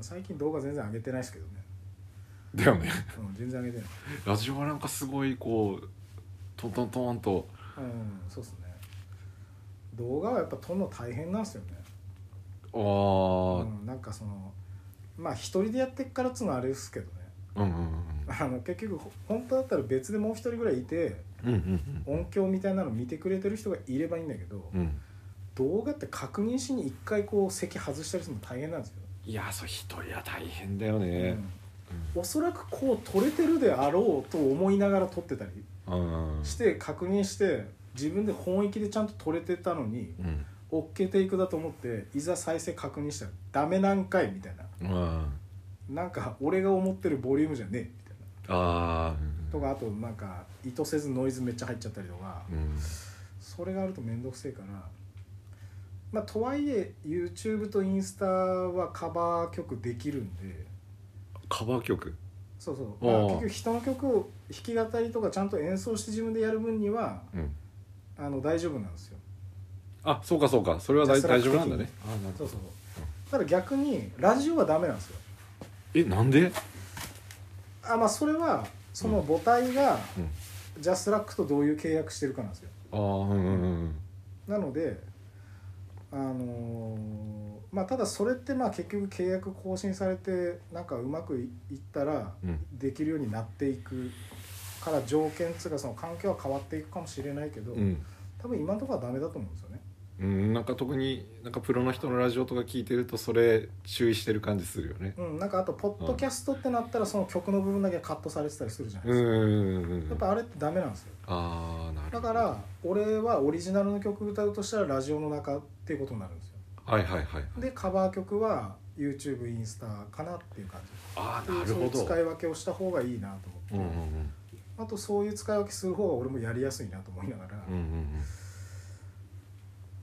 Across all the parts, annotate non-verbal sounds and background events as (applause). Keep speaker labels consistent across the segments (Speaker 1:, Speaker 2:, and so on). Speaker 1: 最近動画全然上げてないですけどね、
Speaker 2: だよね
Speaker 1: うん、全然上げてない
Speaker 2: ラジオはなんかすごいこうトントントンと
Speaker 1: うんそうっすね動画はやっぱ撮るの大変なんですよね、
Speaker 2: あ
Speaker 1: う
Speaker 2: ー
Speaker 1: ん、なんかそのまあ一人でやってっからっつうのはあれですけどね (laughs)
Speaker 2: うんうん
Speaker 1: あの結局ほ本当だったら別でもう一人ぐらいいて
Speaker 2: うんうんうん
Speaker 1: 音響みたいなの見てくれてる人がいればいいんだけど、
Speaker 2: うんうん
Speaker 1: 動画って確認しに一回こう席外したりするの大変なんですよ、
Speaker 2: いやそう一人は大変だよね
Speaker 1: うんおそらくこう撮れてるであろうと思いながら撮ってたり
Speaker 2: うんうん
Speaker 1: して確認して自分で本域でちゃんと撮れてたのに
Speaker 2: うん
Speaker 1: OK テイクだと思っていざ再生確認したらダメなんかいみたいな
Speaker 2: うん
Speaker 1: なんか俺が思ってるボリュームじゃねえみたいな
Speaker 2: あー
Speaker 1: とかあとなんか意図せずノイズめっちゃ入っちゃったりとか
Speaker 2: うん
Speaker 1: それがあると面倒くせえからまあとはいえ YouTube とインスタはカバー曲できるんで
Speaker 2: カバー曲
Speaker 1: そうそう、
Speaker 2: お
Speaker 1: まあ、
Speaker 2: う
Speaker 1: 結局人の曲を弾き語りとかちゃんと演奏して自分でやる分には
Speaker 2: うん
Speaker 1: あの大丈夫なんですよ
Speaker 2: あそうかそうかそれは大
Speaker 1: ジャ
Speaker 2: 大
Speaker 1: ス
Speaker 2: 丈
Speaker 1: ラック
Speaker 2: 夫なんだね
Speaker 1: 的
Speaker 2: あなる
Speaker 1: そ
Speaker 2: ほ
Speaker 1: う
Speaker 2: ど
Speaker 1: そうただ逆にラジオはダメなんですよ
Speaker 2: えなんで
Speaker 1: あまあそれはその母体が
Speaker 2: うん
Speaker 1: ジャスラックとどういう契約してるかなんですよ
Speaker 2: ああうんうんうん
Speaker 1: なのであのーまあただそれってまあ結局契約更新されてなんかうまくいいったら
Speaker 2: うん
Speaker 1: できるようになっていくから条件っつうかその環境は変わっていくかもしれないけど、
Speaker 2: うん
Speaker 1: 多分今のところはダメだと思うんですよね
Speaker 2: うん、なんか特になんかプロの人のラジオとか聞いてるとそれ注意してる感じするよね
Speaker 1: うん、なんかあとポッドキャストってなったらその曲の部分だけカットされてたりするじゃないうですか、
Speaker 2: んうん
Speaker 1: やっぱあれってダメなんですよ
Speaker 2: ああなる
Speaker 1: だ
Speaker 2: ほど
Speaker 1: から俺はオリジナルの曲歌うとしたらラジオの中っていうことになるんですよ
Speaker 2: はいはいはい
Speaker 1: でカバー曲は YouTube インスタかなっていう感
Speaker 2: ああ
Speaker 1: じ
Speaker 2: なるほ
Speaker 1: そういう
Speaker 2: ど
Speaker 1: 使い分けをした方がいいなと
Speaker 2: うんう
Speaker 1: 思
Speaker 2: ん
Speaker 1: って、あとそういう使い分けする方が俺もやりやすいなと思いながら、
Speaker 2: うんうんうん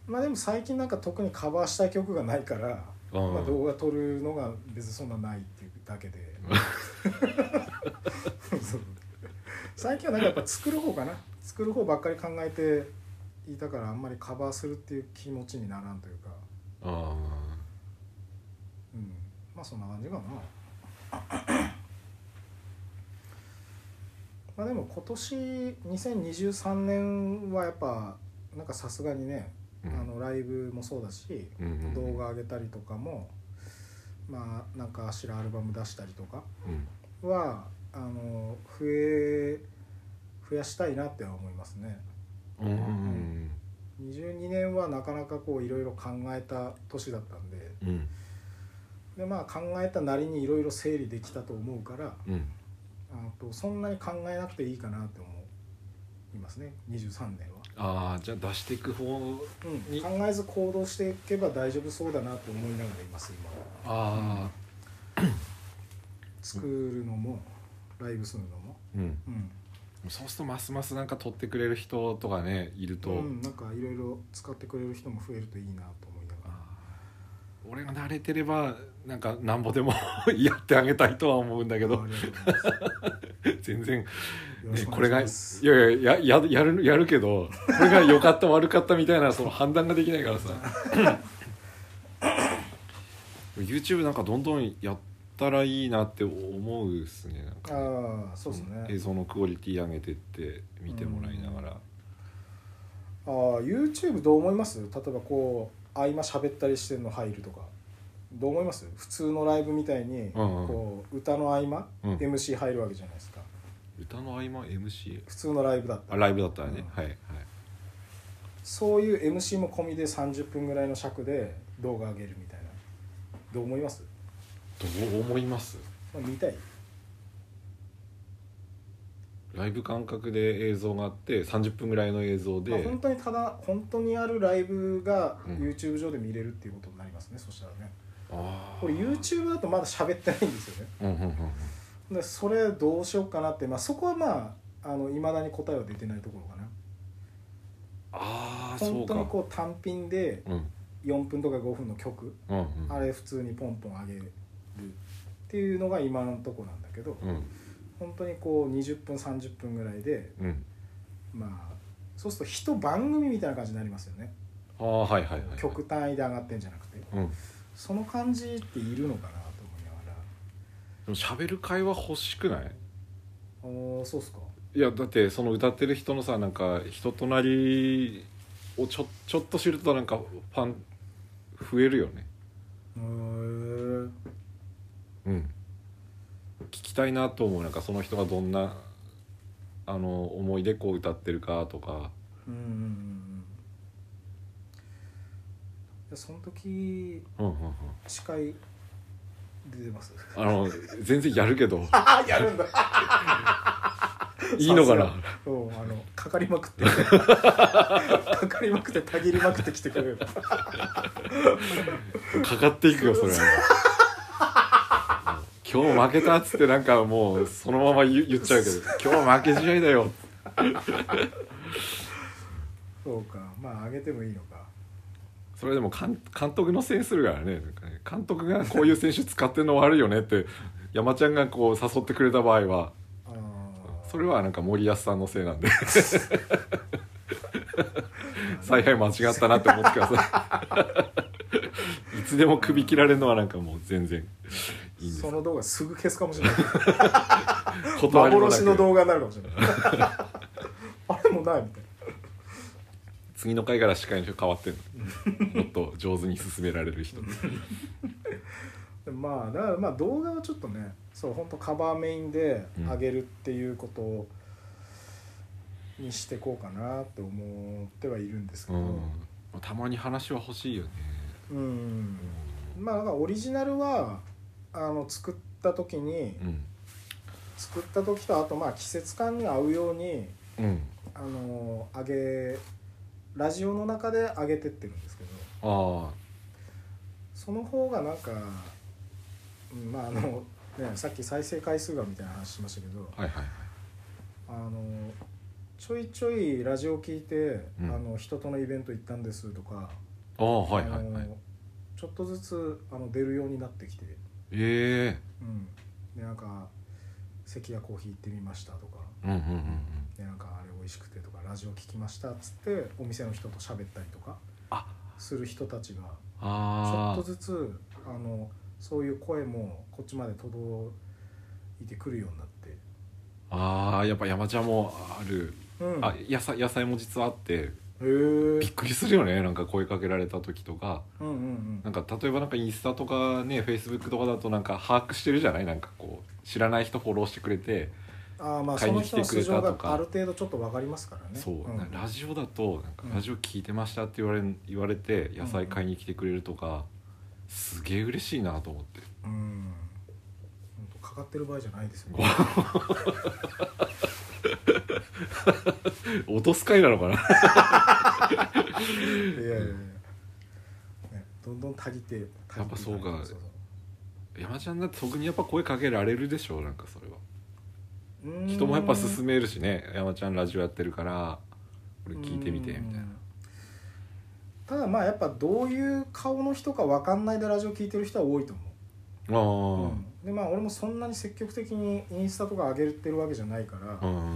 Speaker 1: まあでも最近なんか特にカバーしたい曲がないから、
Speaker 2: うんうん
Speaker 1: まあ、動画撮るのが別にそんなないっていうだけ
Speaker 2: (laughs)
Speaker 1: でそう最近はなんかやっぱ作る方かな作る方ばっかり考えていたからあんまりカバーするっていう気持ちにならんというか、
Speaker 2: あ
Speaker 1: うん、まあそんな感じかな (clears throat) まあでも今年2023年はやっぱなんかさすがにね、
Speaker 2: あうん
Speaker 1: あのライブもそうだし
Speaker 2: うんうん
Speaker 1: 動画上げたりとかもまあなんかしらアルバム出したりとか
Speaker 2: うん
Speaker 1: はあの増え増やしたいなっては思いますね
Speaker 2: うんうん
Speaker 1: 22年はなかなかこういろいろ考えた年だったんで
Speaker 2: うんうん
Speaker 1: でまあ考えたなりにいろいろ整理できたと思うから
Speaker 2: うん
Speaker 1: あとそんなに考えなくていいかなって思いますね23年は、
Speaker 2: ああじゃあ出していく方
Speaker 1: うん、
Speaker 2: に
Speaker 1: 考えず行動していけば大丈夫そうだなと思いながらいます今は
Speaker 2: あ
Speaker 1: 作るのもライブするのも
Speaker 2: あうん
Speaker 1: うん
Speaker 2: そうするとますますなんか撮ってくれる人とかねいると、
Speaker 1: うん、なんかいろいろ使ってくれる人も増えるといいなと思いながら
Speaker 2: あー俺が慣れてればなんかなんぼでも (laughs) やってあげたいとは思うんだけ
Speaker 1: あ
Speaker 2: ど
Speaker 1: りがとうござい
Speaker 2: 全然、
Speaker 1: ま
Speaker 2: ね、
Speaker 1: す
Speaker 2: これが
Speaker 1: よ
Speaker 2: い
Speaker 1: ろしく
Speaker 2: やいややややるやるけどこれが良かった悪かったみたいなその判断ができな
Speaker 1: (laughs)
Speaker 2: いからさ YouTube なんかどんどんやったらいいなって思うっすねなん
Speaker 1: お
Speaker 2: かね、
Speaker 1: 願いしますああそうですね、
Speaker 2: 映像のクオリティ上げてって見てもらいながら、
Speaker 1: ああ YouTube どう思います例えばこう合間喋ったりしてるの入るとかどう思います普通のライブみたいに
Speaker 2: うんうん
Speaker 1: こう歌の合間、
Speaker 2: うん
Speaker 1: MC 入るわけじゃないですか
Speaker 2: 歌の合間 MC
Speaker 1: 普通のライブだった
Speaker 2: あ
Speaker 1: ら
Speaker 2: ライブだったらね、
Speaker 1: うん
Speaker 2: はいはい
Speaker 1: そういう MC も込みで30分ぐらいの尺で動画上げるみたいなどう思います、
Speaker 2: どう思います
Speaker 1: まあ、見たい
Speaker 2: ライブ感覚で映像があって30分ぐらいの映像で、
Speaker 1: まあ、本当にただ本当にあるライブが
Speaker 2: うん
Speaker 1: YouTube 上で見れるっていうことになりますね、そしたらね
Speaker 2: あー
Speaker 1: これ YouTube だとまだ喋ってないんですよね
Speaker 2: うんうんうん
Speaker 1: でそれどうしようかなって、まあ、そこはまあいまだに答えは出てないところかな
Speaker 2: ああそ
Speaker 1: 本
Speaker 2: う
Speaker 1: 当
Speaker 2: か
Speaker 1: にこう単品で
Speaker 2: うん
Speaker 1: 4分とか5分の曲、
Speaker 2: うんうん
Speaker 1: あれ普通にポンポン上げるっていうのが今のとこなんだけど、
Speaker 2: うん
Speaker 1: 本当にこう20分30分ぐらいで
Speaker 2: うん
Speaker 1: まあそうすると一番組みたいな感じになりますよね、
Speaker 2: ああはいはいはいはい
Speaker 1: 曲単位で上がってんじゃなくて
Speaker 2: うん
Speaker 1: その感じっているのかなと思いなが
Speaker 2: も喋る会話欲しくない
Speaker 1: あーそうっすか
Speaker 2: いやだってその歌ってる人のさなんか人となりをちょちょっと知るとなんかファン増えるよね
Speaker 1: へー
Speaker 2: うん聞きたいなと思うなんかその人がどんなあの思いでこう歌ってるかとか
Speaker 1: うんうんうんうんいやその時
Speaker 2: うんうんうん
Speaker 1: 司会出てます
Speaker 2: あの全然やるけ (laughs) ど
Speaker 1: あや (laughs) るんだ
Speaker 2: いいのかな
Speaker 1: さすがうんあのかかりまくって
Speaker 2: (laughs)
Speaker 1: かかりまくってたぎりまくってきてくれる
Speaker 2: かかっていくよそれ (laughs) は今日負けたっつってなんかもうそのまま言言っちゃうけど今日は負け試合だよ
Speaker 1: そうかまあ上げてもいいのか
Speaker 2: それでも監監督のせいにするからねなんかね監督がこういう選手使ってんの悪いよねって山ちゃんがこう誘ってくれた場合は
Speaker 1: あ
Speaker 2: それはなんか森保さんのせい (laughs) なんで
Speaker 1: ー
Speaker 2: 采配間違ったなって思ってくださいいつでも首切られるのはなんかもう全然いいんです
Speaker 1: その動画すぐ消すかもしれない
Speaker 2: (laughs) 断りもな
Speaker 1: 幻の
Speaker 2: く
Speaker 1: 動画になるかもしれない (laughs) あれもないみたいな
Speaker 2: 次の回から司会の人変わってんのもっと上手に進められる人
Speaker 1: でもまあだからまあ動画はちょっとねそう本当カバーメインで上げるっていうことにしてこうかなって思ってはいるんですけ
Speaker 2: う
Speaker 1: ど、
Speaker 2: んたまに話は欲しいよね
Speaker 1: うんまあだからオリジナルはあの作った時に
Speaker 2: うん
Speaker 1: 作った時とあとまあ季節感に合うように
Speaker 2: うん
Speaker 1: あの上げラジオの中で上げてってるんですけど
Speaker 2: ああ
Speaker 1: その方がなんかうんまああのねさっき再生回数がみたいな話しましたけど
Speaker 2: はいはいはい
Speaker 1: あのちょいちょいラジオ聞いて、
Speaker 2: うん
Speaker 1: あの人とのイベント行ったんですとか、
Speaker 2: ああはいはい
Speaker 1: あ
Speaker 2: はい
Speaker 1: のちょっとずつあの出るようになってきて。
Speaker 2: え
Speaker 1: うん、でなんか関谷コーヒー行ってみましたとか
Speaker 2: えうんうんうんうん
Speaker 1: でなんかあれ美味しくてとかラジオ聞きましたっつってお店の人と喋ったりとか
Speaker 2: あ
Speaker 1: する人たちがちょっ
Speaker 2: あ
Speaker 1: と
Speaker 2: あ
Speaker 1: ずつあのそういう声もこっちまで届いてくるようになって、
Speaker 2: ああやっぱ山ちゃんもある、
Speaker 1: うん、
Speaker 2: あ野菜野菜も実はあって
Speaker 1: へえうん
Speaker 2: びっくりするよねなんか声かけられた時とか
Speaker 1: うんうん
Speaker 2: なんか例えばなんかインスタとかねフェイスブックとかだとなんか把握してるじゃないなんかこう知らない人フォローしてくれて、
Speaker 1: ああまあ
Speaker 2: 買
Speaker 1: そ
Speaker 2: い
Speaker 1: の
Speaker 2: に来
Speaker 1: 人
Speaker 2: て
Speaker 1: の
Speaker 2: く
Speaker 1: 素
Speaker 2: れた
Speaker 1: 性
Speaker 2: とか
Speaker 1: がある程度ちょっと分かりますからね
Speaker 2: そう、
Speaker 1: ん
Speaker 2: ラジオだとなんか
Speaker 1: うん
Speaker 2: ラジオ聞いてましたって言われ言われて野菜買いに来てくれるとかすげえ嬉しいなと
Speaker 1: (laughs)
Speaker 2: 思って
Speaker 1: うんほんとかかってる場合じゃないです
Speaker 2: (laughs)
Speaker 1: よね
Speaker 2: 落とす回なのかない
Speaker 1: やいやいや、ね、どんどん足りて足りて
Speaker 2: やっぱそうか
Speaker 1: そう
Speaker 2: (laughs) 山ちゃんだって特にやっぱ声かけられるでしょなんかそれは
Speaker 1: そううーん
Speaker 2: 人もやっぱ勧めるしね山ちゃんラジオやってるから俺聞いてみてみた
Speaker 1: うー
Speaker 2: いな
Speaker 1: んただまあやっぱどういう顔の人か分かんないでラジオ聞いてる人は多いと思
Speaker 2: あ
Speaker 1: う、
Speaker 2: あ
Speaker 1: うんでまあ俺もそんなに積極的にインスタとか上げてるわけじゃないから、
Speaker 2: うんうん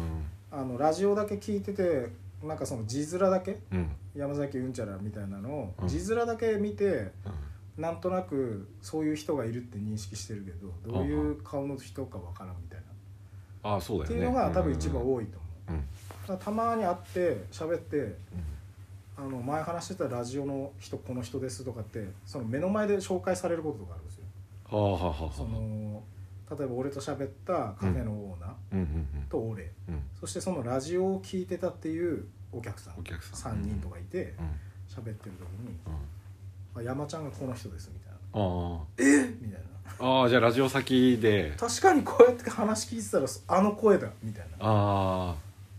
Speaker 1: あのラジオだけ聞いててなんかその字面だけ
Speaker 2: うんうん
Speaker 1: 山崎うんちゃらみたいなの
Speaker 2: う
Speaker 1: を
Speaker 2: ん
Speaker 1: 字面だけ見てなんとなくそういう人がいるって認識してるけどどういう顔の人か分からんみたいな
Speaker 2: ああそう
Speaker 1: っ
Speaker 2: だ
Speaker 1: て
Speaker 2: よ
Speaker 1: い
Speaker 2: ね
Speaker 1: うのが多分一番多いと思う
Speaker 2: うんうん
Speaker 1: だからたまに会って喋ってあの前話してたラジオの人この人ですとかってその目の前で紹介されることとかあるんですよ
Speaker 2: はあはあはあはあ
Speaker 1: その例えば俺と喋ったカフェのオーナー
Speaker 2: うんうん
Speaker 1: と俺、
Speaker 2: うんうん
Speaker 1: そしてそのラジオを聞いてたっていうお客さん
Speaker 2: お客さん
Speaker 1: 3人とかいて
Speaker 2: うん
Speaker 1: 喋ってる時に
Speaker 2: う
Speaker 1: 「
Speaker 2: ん
Speaker 1: あ山ちゃんがこの人です」みたいな
Speaker 2: あ
Speaker 1: 「みたいな
Speaker 2: あああじゃあラジオ先で
Speaker 1: 確かにこうやって話聞いてたらあの声だみたいなだか
Speaker 2: あ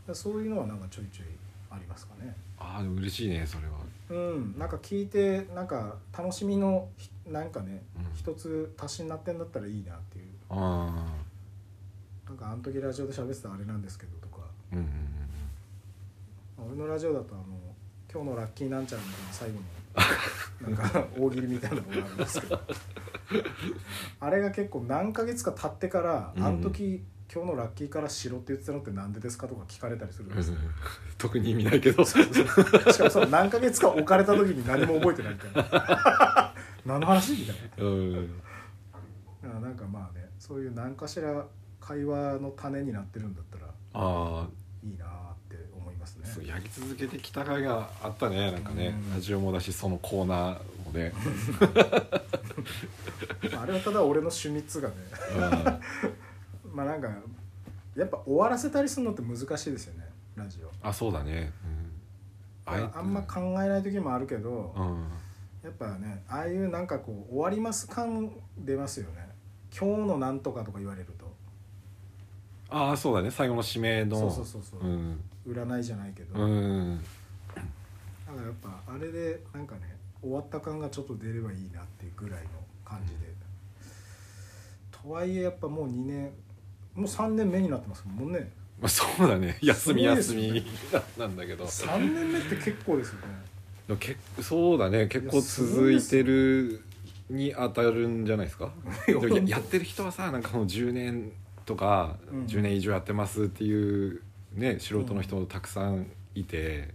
Speaker 1: らそういうのはなんかちょいちょいありますかね
Speaker 2: あああでも嬉しいねそれは
Speaker 1: うんなんか聞いてなんか楽しみのひなんかね
Speaker 2: うん
Speaker 1: 一つ足しになってんだったらいいなっていう
Speaker 2: ああ
Speaker 1: なんかあの時ラジオで喋ってたあれなんですけどとか
Speaker 2: うんうん
Speaker 1: 俺のラジオだとあの「今日のラッキーなんちゃら」みたいな最後のなん
Speaker 2: (laughs)
Speaker 1: か大喜利みたいなのがあるんですけどあれが結構何ヶ月か経ってから「
Speaker 2: うんうん
Speaker 1: あの時今日のラッキーからしろって言ってたのってなんでですか?」とか聞かれたりするん
Speaker 2: うん
Speaker 1: で
Speaker 2: うん (laughs)
Speaker 1: すよ
Speaker 2: 特に意味ないけ
Speaker 1: (laughs)
Speaker 2: ど (laughs)
Speaker 1: しかもその何ヶ月か置かれた時に何も覚えて (laughs) ないみたいな何の話みたいな
Speaker 2: うん
Speaker 1: だからなんかまあねそういう何かしら会話の種になってるんだったら
Speaker 2: ああ
Speaker 1: いいなって思いますね
Speaker 2: そうやり続けてきた甲斐があったねなんかね
Speaker 1: うん
Speaker 2: ラジオもだしそのコーナーもね、
Speaker 1: まああれはただ俺の趣味っつうかね
Speaker 2: うん
Speaker 1: まあなんかやっぱ終わらせたりするのって難しいですよねラジオ
Speaker 2: あそうだね、うん、
Speaker 1: あ
Speaker 2: えて
Speaker 1: んま考えない時もあるけど、
Speaker 2: うん
Speaker 1: やっぱねああいうなんかこう終わります感出ますよね今日のなんとかとか言われると
Speaker 2: ああそうだね最後の指名の
Speaker 1: そうそうそうそう、
Speaker 2: うん
Speaker 1: 占いじゃないけど、
Speaker 2: う
Speaker 1: だ
Speaker 2: ん
Speaker 1: からやっぱあれでなんかね終わった感がちょっと出ればいいなっていうぐらいの感じで、とはいえやっぱもう2年もう3年目になってますもんね
Speaker 2: まあ、そうだね
Speaker 1: す
Speaker 2: 休
Speaker 1: ご
Speaker 2: み
Speaker 1: いで
Speaker 2: 休
Speaker 1: すね
Speaker 2: みなんだけど
Speaker 1: 3年目って結構ですよね
Speaker 2: でも結そうだね結構続いてるに当たるんじゃないですか
Speaker 1: (laughs) い
Speaker 2: で
Speaker 1: や
Speaker 2: もややってる人はさなんかもう10年とか、
Speaker 1: うん
Speaker 2: 10年以上やってますっていうね素人の人たくさんいて、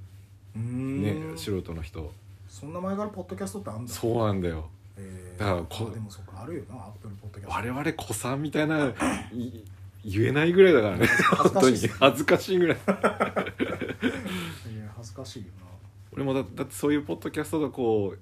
Speaker 1: うーん
Speaker 2: ね素人の人
Speaker 1: そんな前からポッドキャストってあんだ
Speaker 2: そうなんだよ
Speaker 1: えー
Speaker 2: だからこ
Speaker 1: あでもそっかあるよなアップルポッドキャスト
Speaker 2: 我々子さんみたい
Speaker 1: (laughs)
Speaker 2: ない言えないぐらいだからね本当に
Speaker 1: 恥ずかしいっすね
Speaker 2: 恥ずかしいぐらい
Speaker 1: いや恥ずかしいよな
Speaker 2: 俺もだだってそういうポッドキャストとこう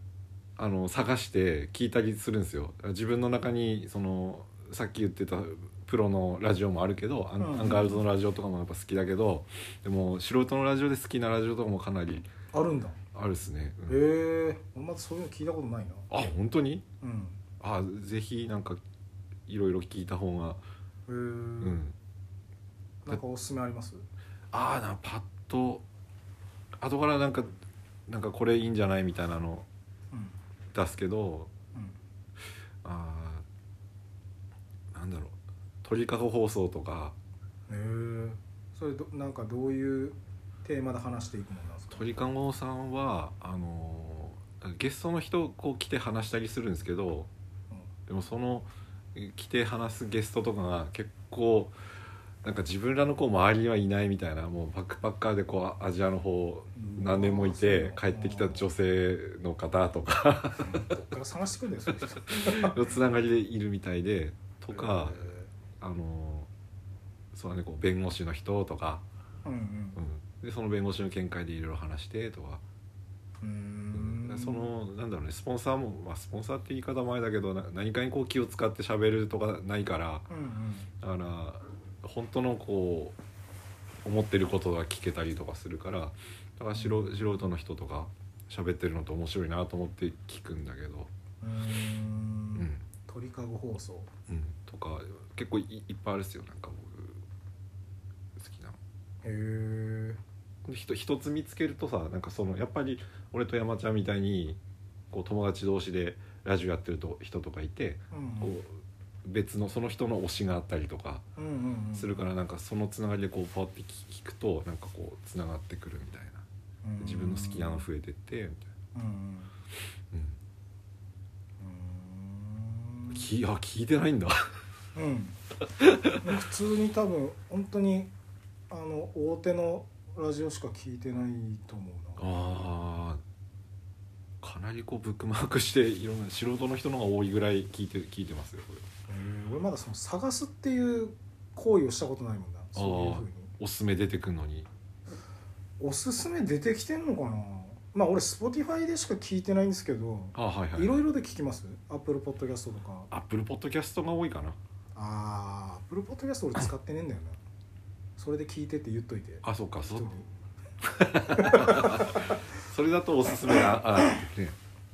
Speaker 2: あの探して聞いたりするんですよ自分の中にそのさっき言ってたプロのラジオもあるけどアン,、
Speaker 1: うん
Speaker 2: アンガールズのラジオとかもやっぱ好きだけどでも素人のラジオで好きなラジオとかもかなり
Speaker 1: あるんだ
Speaker 2: あるっすね、うん
Speaker 1: へえ俺まだそういうの聞いたことないな
Speaker 2: あ本当に
Speaker 1: うん
Speaker 2: あぜひなんかいろいろ聞いた方が
Speaker 1: へえ、
Speaker 2: うん、
Speaker 1: なんかおすすめあります
Speaker 2: ああなパッと後からなんかなんかこれいいんじゃないみたいなの
Speaker 1: うん
Speaker 2: 出すけど
Speaker 1: うん
Speaker 2: あーなんだろう鳥かご放送とか
Speaker 1: へえそれどなんかどういうテーマで話していくものなんですか
Speaker 2: 鳥かごさんはあのーゲストの人こう来て話したりするんですけどでもそのえ来て話すゲストとかが結構なんか自分らのこう周りにはいないみたいなもうバックパッカーでこうアジアの方
Speaker 1: うん
Speaker 2: 何年もいて帰ってきた女性の方とか
Speaker 1: うんどっから探してくるんだよそういう人
Speaker 2: のつながりでいるみたいでとか
Speaker 1: へえ
Speaker 2: あのーそうだねこう弁護士の人とか。
Speaker 1: うんうん
Speaker 2: でその弁護士の見解でいろいろ話してとか、
Speaker 1: うーん
Speaker 2: そのなんだろうねスポンサーも、まあ、スポンサーって言い方前だけどな何かにこう気を使って喋るとかないから
Speaker 1: うんうん
Speaker 2: だから本当のこう思ってることが聞けたりとかするからだから素人素人の人とか喋ってるのって面白いなと思って聞くんだけど、
Speaker 1: うー
Speaker 2: うんん
Speaker 1: 鳥かご放送
Speaker 2: うん、とか結構いいっぱいあるっすよなんか僕好きなの。
Speaker 1: へえ
Speaker 2: ひと一つ見つけるとさなんかそのやっぱり俺と山ちゃんみたいにこう友達同士でラジオやってると人とかいて、
Speaker 1: うん
Speaker 2: こう別のその人の推しがあったりとか
Speaker 1: うんうんうん
Speaker 2: するからなんかそのつながりでこうパッて聞くとなんかこうつながってくるみたいな
Speaker 1: うん
Speaker 2: 自分の好きなの増えてってみたい
Speaker 1: うんうんう
Speaker 2: な、うんん、きあ聞いてないんだ
Speaker 1: うん、 (laughs) 普通に多分本当にあの大手のラジオしか聞いてないと思うな
Speaker 2: あーかなりこうブックマークしていろんな素人の人の方が多いぐらい聞いて聞いてますよこれ
Speaker 1: えー俺まだその探すっていう行為をしたことないもんなそういうふうに
Speaker 2: おすすめ出てくるのに
Speaker 1: おすすめ出てきてんのかなまあ俺 Spotify でしか聞いてないんですけど
Speaker 2: あはいはいはい
Speaker 1: いろいろで聞きます Apple Podcast とか
Speaker 2: アップルポッドキャストが多いかな
Speaker 1: ああ Apple Podcast 俺使ってねえんだよなそれで聞いてって言っといて
Speaker 2: あそうかそ
Speaker 1: 人に
Speaker 2: それだとおすすめなあ、ね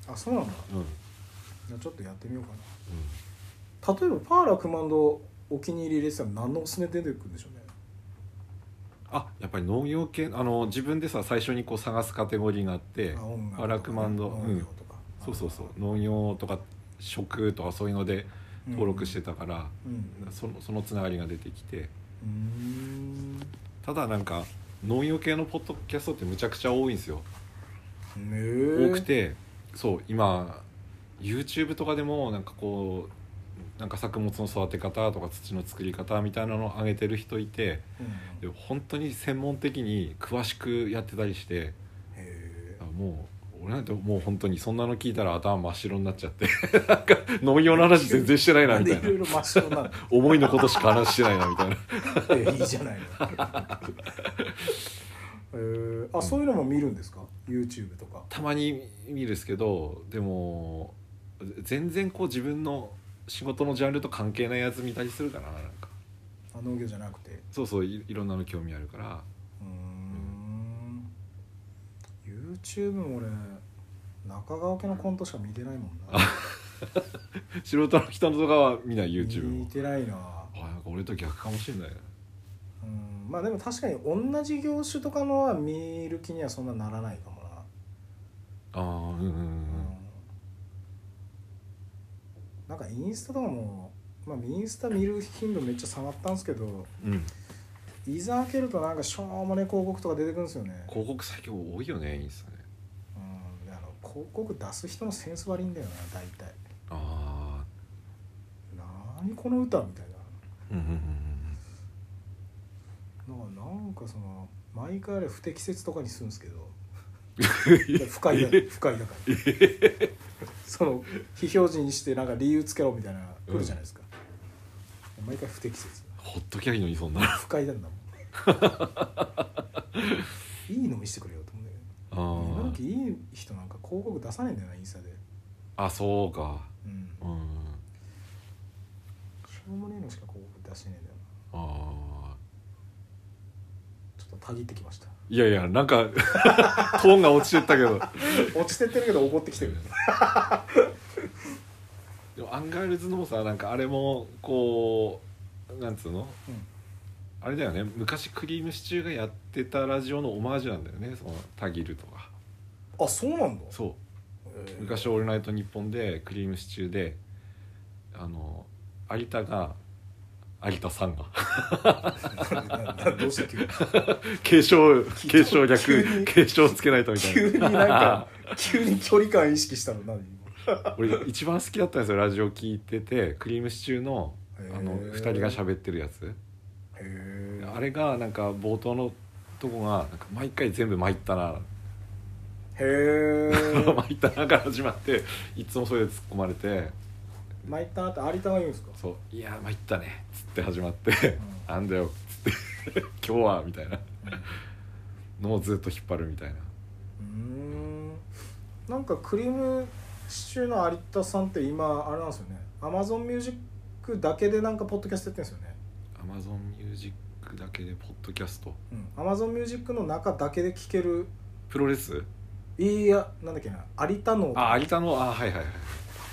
Speaker 1: あそうなんだ
Speaker 2: うんうん、
Speaker 1: じゃあちょっとやってみようかな例えばパーラクマンドお気に入り入れてたら何のおすすめ出てくるんでしょうね
Speaker 2: あやっぱり農業系あの自分でさ最初にこう探すカテゴリーがあって
Speaker 1: あ音楽とか
Speaker 2: パーラクマンド
Speaker 1: 農業とか、
Speaker 2: そうそうそう農業とか食とかそういうので登録して
Speaker 1: た
Speaker 2: たから、
Speaker 1: うん
Speaker 2: そのそのつながりが出てきて
Speaker 1: うーんね
Speaker 2: ただなんか農業系のポッドキャストってむちゃくちゃ多いんですよ
Speaker 1: え
Speaker 2: 多くてそう今 YouTube とかでもなんかこうなんか作物の育て方とか土の作り方みたいなのを上げてる人いて
Speaker 1: うんへ
Speaker 2: で本当に専門的に詳しくやってたりして
Speaker 1: え
Speaker 2: あもう俺なんてもう本当にそんなの聞いたら頭真っ白になっちゃって (laughs) なんか飲み用の話全然してないな
Speaker 1: なん
Speaker 2: み
Speaker 1: で
Speaker 2: た
Speaker 1: い
Speaker 2: い
Speaker 1: ろい
Speaker 2: な
Speaker 1: ろ真っ白なの
Speaker 2: (laughs) 思いのことしか話してないなみ (laughs) たいな
Speaker 1: いやいいじゃないの、えー、あそういうのも見るんですか YouTube とか
Speaker 2: たまに見るですけどでも全然こう自分の仕事のジャンルと関係ないやつ見たりするかななんか
Speaker 1: あ農業じゃなくて
Speaker 2: そうそういいろんなの興味あるから
Speaker 1: うーん YouTube も俺中川家のコントしか見てないもんな
Speaker 2: 素人の人の動画は見ない (laughs) YouTube
Speaker 1: 見
Speaker 2: も
Speaker 1: てないな
Speaker 2: あなんか俺と逆かもしれないな
Speaker 1: うんまあでも確かに同じ業種とかのは見る気にはそんなならないかもな、
Speaker 2: ああうんうんう
Speaker 1: う
Speaker 2: ん
Speaker 1: んなんかインスタとかも、まあ、インスタ見る頻度めっちゃ下がったんですけど
Speaker 2: うん
Speaker 1: いざ開けるとなんかしょうもね広告とか出てくるんですよね、
Speaker 2: 広告最近多いよねインスタね
Speaker 1: うん、であの広告出す人のセンス悪いんだよな大体
Speaker 2: あ
Speaker 1: 何この歌みたい
Speaker 2: あうんうんうん
Speaker 1: ななんかなんかその毎回あれ不適切とかにするんですけ
Speaker 2: (laughs)
Speaker 1: ど
Speaker 2: うん
Speaker 1: いや不快だ不快だからその非表示にしてなんか理由つけろみたいなの来るじゃないですか、毎回不適切
Speaker 2: ほっときゃいいのにそんな
Speaker 1: 不快なん
Speaker 2: (laughs)
Speaker 1: だもんいいの見せてくれよと思うんだけど
Speaker 2: あ
Speaker 1: 今時
Speaker 2: ー
Speaker 1: いい人なんか広告出さないんだよなインスタで
Speaker 2: あそうか
Speaker 1: うん
Speaker 2: うんうん
Speaker 1: しょうもねえのしか広告出してねえんだよな
Speaker 2: ああ
Speaker 1: ちょっとたぎってきました
Speaker 2: いやいやなん (laughs) かトーンが落ちてったけど
Speaker 1: 落ちてってるけど怒ってきてる
Speaker 2: でもアンガールズのさなんかあれもこうなんつうの
Speaker 1: うん
Speaker 2: あれだよね昔クリームシチューがやってたラジオのオマージュなんだよねそのタギルとか
Speaker 1: あそうなんだ
Speaker 2: そう
Speaker 1: へえ
Speaker 2: 昔「オールナイトニッポン」でクリームシチューであの有田が有田さんが
Speaker 1: どうした急に
Speaker 2: 継承継
Speaker 1: 急
Speaker 2: 承略
Speaker 1: に
Speaker 2: 継承つけないとみた
Speaker 1: 急
Speaker 2: い
Speaker 1: になんか急に距離感意識したの何
Speaker 2: な (laughs) 俺一番好きだったんですよラジオ聞いててクリームシチューのあの
Speaker 1: へー
Speaker 2: 2人が喋ってるやつ
Speaker 1: へえ
Speaker 2: あれがなんか冒頭のとこがなんか毎回全部参ったな
Speaker 1: へえ
Speaker 2: (laughs) 参ったなから始まっていつもそれで突っ込まれて
Speaker 1: 参ったなって有田が言うんですか
Speaker 2: そう「いやー参ったね」っつって始まって (laughs) 「なんだよ」っつって (laughs) 「今日は」みたいなのをずっと引っ張るみたいな
Speaker 1: うんなんかクリームシチューの有田さんって今あれなんですよねアマゾンミュージックだけでなんかポッドキャストやってるんですよね
Speaker 2: Amazon Music だけでポッドキャスト
Speaker 1: アマゾンミュージックの中だけで聴ける
Speaker 2: プロレス
Speaker 1: いやなんだっけな有田の
Speaker 2: あ有田のあはいはいはい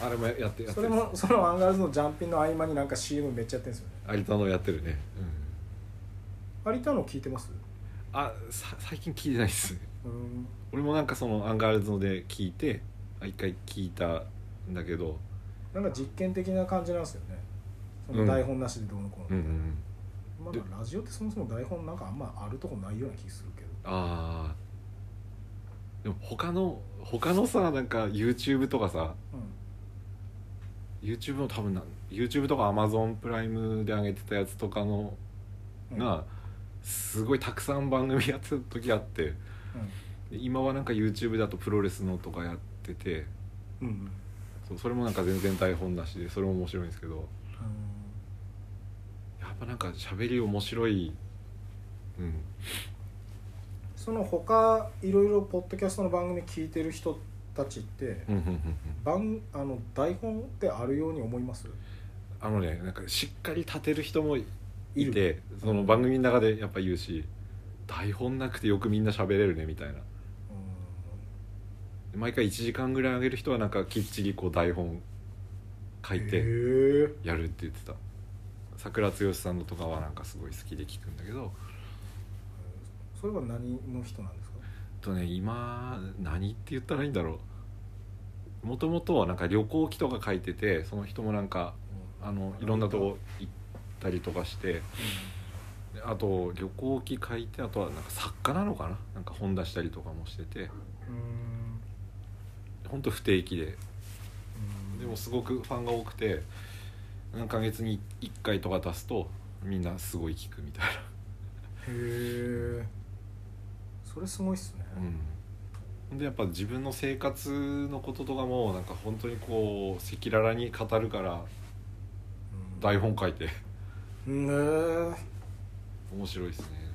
Speaker 2: あれもやってやって
Speaker 1: それもそのアンガールズのジャンピンの合間になんか CM めっちゃやってるんですよね
Speaker 2: 有田のやってるね、うん、
Speaker 1: 有田の聞いてます
Speaker 2: あさ最近聞いてないっすね
Speaker 1: うん
Speaker 2: 俺もなんかそのアンガールズので聞いてあ一回聞いたんだけど
Speaker 1: なんか実験的な感じなんですよねその台本なしでどうのこう
Speaker 2: うん
Speaker 1: の、
Speaker 2: うんうん
Speaker 1: まあ、ラジオってそもそも台本なんかあんまあるとこないような気するけど
Speaker 2: あーでも他の他のさなんか YouTube とかさ
Speaker 1: う
Speaker 2: YouTube の多分な YouTube とか Amazon プライムで上げてたやつとかの
Speaker 1: んうん
Speaker 2: がすごいたくさん番組やってた時あってで今はなんか YouTube だとプロレスのとかやってて
Speaker 1: うんうんうん
Speaker 2: そうそれもなんか全然台本なしでそれも面白いんですけどやっぱなんか喋り面白いうん
Speaker 1: その他いろいろポッドキャストの番組聞いてる人たちって
Speaker 2: うんうんうんうん
Speaker 1: 番あの台本ってあるように思います
Speaker 2: あのねなんかしっかり立てる人もいて
Speaker 1: いる
Speaker 2: その番組の中でやっぱ言うし台本なくてよくみんな喋れるねみたいな
Speaker 1: うん
Speaker 2: で毎回1時間ぐらい上げる人はなんかきっちりこう台本書い
Speaker 1: へえ
Speaker 2: てやるって言ってた桜剛さんのとかはなんかすごい好きで聞くんだけど
Speaker 1: それは何の人なんですか
Speaker 2: とね今何って言ったらいいんだろうもともとはなんか旅行記とか書いててその人もなんかあのいろんなとこ行ったりとかしてであと旅行記書いてあとはなんか作家なのかななんか本出したりとかもしてて
Speaker 1: うん
Speaker 2: ほんと不定期で
Speaker 1: うん
Speaker 2: でもすごくファンが多くて何ヶ月に1回とか出すとみんなすごい聞くみたい
Speaker 1: へえそれすごいっすね、
Speaker 2: な、うん、でやっぱ自分の生活のこととかもなんか本当にこう赤裸々に語るから台本書いて (laughs)
Speaker 1: うんねえ
Speaker 2: 面白いですね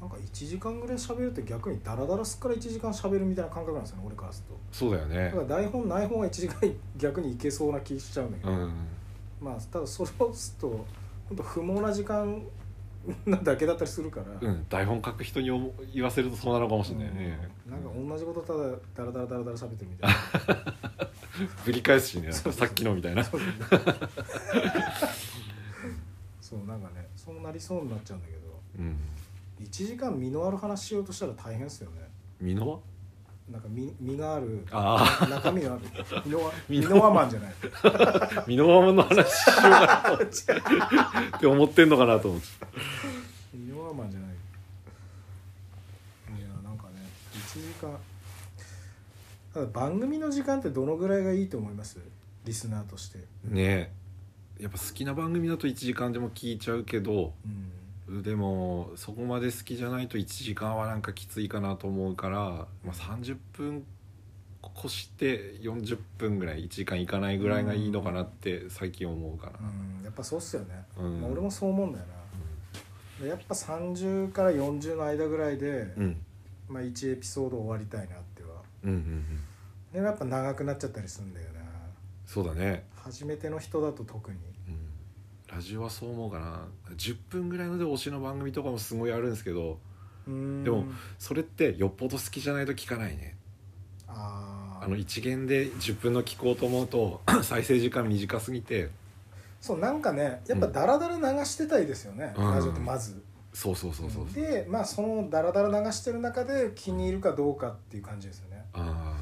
Speaker 1: なんか1時間ぐらい喋ると逆にダラダラすっから1時間喋るみたいな感覚なんですよね俺からする
Speaker 2: そうだよね
Speaker 1: とだから台本ない方が1時間逆にいけそうな気しちゃうんだけ
Speaker 2: う
Speaker 1: ど、
Speaker 2: ん
Speaker 1: まあただそれをすると本当不毛な時間なだけだったりするから、
Speaker 2: うん、台本書く人に思う言わせるとそうなのかもしれないね、
Speaker 1: うんなんか同じことただダラダラダラダラ喋ってるみたい
Speaker 2: (laughs)
Speaker 1: な
Speaker 2: ぶり返すしね
Speaker 1: そうそう
Speaker 2: さっきのみたいな
Speaker 1: そうねそうなんかねそうなりそうになっちゃうんだけど
Speaker 2: うん
Speaker 1: 1時間身のある話しようとしたら大変ですよね
Speaker 2: 美濃
Speaker 1: なんか身身がある
Speaker 2: あ (laughs)
Speaker 1: 中身のある身の輪
Speaker 2: 身
Speaker 1: 身
Speaker 2: の
Speaker 1: の輪マンじゃない
Speaker 2: あ美濃ママの話しようかなと (laughs) って思ってんのかなと思って
Speaker 1: 身の輪マンじゃないいやなんかね1時間ただ番組の時間ってどのぐらいがいいと思いますリスナーとして
Speaker 2: ねえやっぱ好きな番組だと1時間でも聞いちゃうけど
Speaker 1: うん
Speaker 2: でもそこまで好きじゃないと1時間はなんかきついかなと思うから、まあ、30分越して40分ぐらい1時間いかないぐらいがいいのかなって最近思うかな、
Speaker 1: うんやっぱそうっすよね、
Speaker 2: うん
Speaker 1: まあ俺もそう思うんだよな、でやっぱ30から40の間ぐらいで、
Speaker 2: うん、
Speaker 1: まあ、1エピソード終わりたいなっては
Speaker 2: うんうんうん
Speaker 1: でもやっぱ長くなっちゃったりするんだよな
Speaker 2: そうだね、
Speaker 1: 初めての人だと特に
Speaker 2: うん、ラジオはそう思うかな10分ぐらいので推しの番組とかもすごいあるんですけど
Speaker 1: うーん
Speaker 2: でもそれってよっぽど好きじゃないと聞かないね
Speaker 1: あ
Speaker 2: あ
Speaker 1: あ
Speaker 2: の一元で10分の聞こうと思うと (clears throat) 再生時間短すぎて
Speaker 1: そうなんかねやっぱダラダラ流してたいですよね、
Speaker 2: うん
Speaker 1: ラジオってまず、
Speaker 2: そうそうそうそうそう
Speaker 1: でまあそのダラダラ流してる中で気に入るかどうかっていう感じですよね
Speaker 2: あ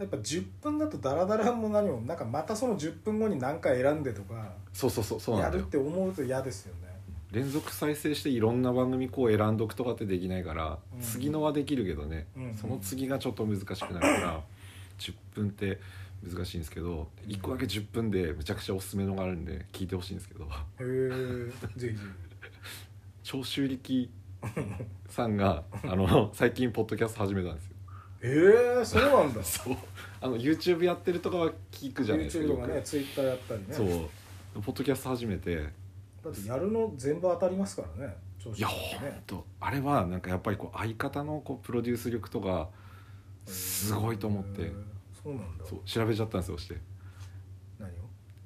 Speaker 1: やっぱ10分だとダラダラも何もなんかまたその10分後に何回選んでとか
Speaker 2: ーそうそうそうそうな
Speaker 1: や
Speaker 2: んだ
Speaker 1: るっ
Speaker 2: よ
Speaker 1: て思うと嫌ですよね
Speaker 2: 連続再生していろんな番組こう選んどくとかってできないから、
Speaker 1: うん
Speaker 2: 次のはできるけどね、
Speaker 1: うん
Speaker 2: その次がちょっと難しくなるから10分って難しいんですけど1個だけ10分でむちゃくちゃおすすめのがあるんで聞いてほしいんですけど
Speaker 1: へえぜひぜひ
Speaker 2: 長州力さん (laughs) があの最近ポッドキャスト始めたんですよ
Speaker 1: (laughs) ええそうなん
Speaker 2: (laughs)
Speaker 1: だ
Speaker 2: そうあの YouTube やってるとかは聞くじゃないですか
Speaker 1: YouTube とかね
Speaker 2: よく
Speaker 1: Twitter やったりね
Speaker 2: そうポッドキャスト始めて
Speaker 1: だってやるの全部当たりますからね調
Speaker 2: いや
Speaker 1: 子
Speaker 2: ほん
Speaker 1: ね
Speaker 2: とあれはなんかやっぱりこう相方のこうプロデュース力とかすごいと思って
Speaker 1: へえそうなんだ
Speaker 2: そう調べちゃったんですよして
Speaker 1: 何を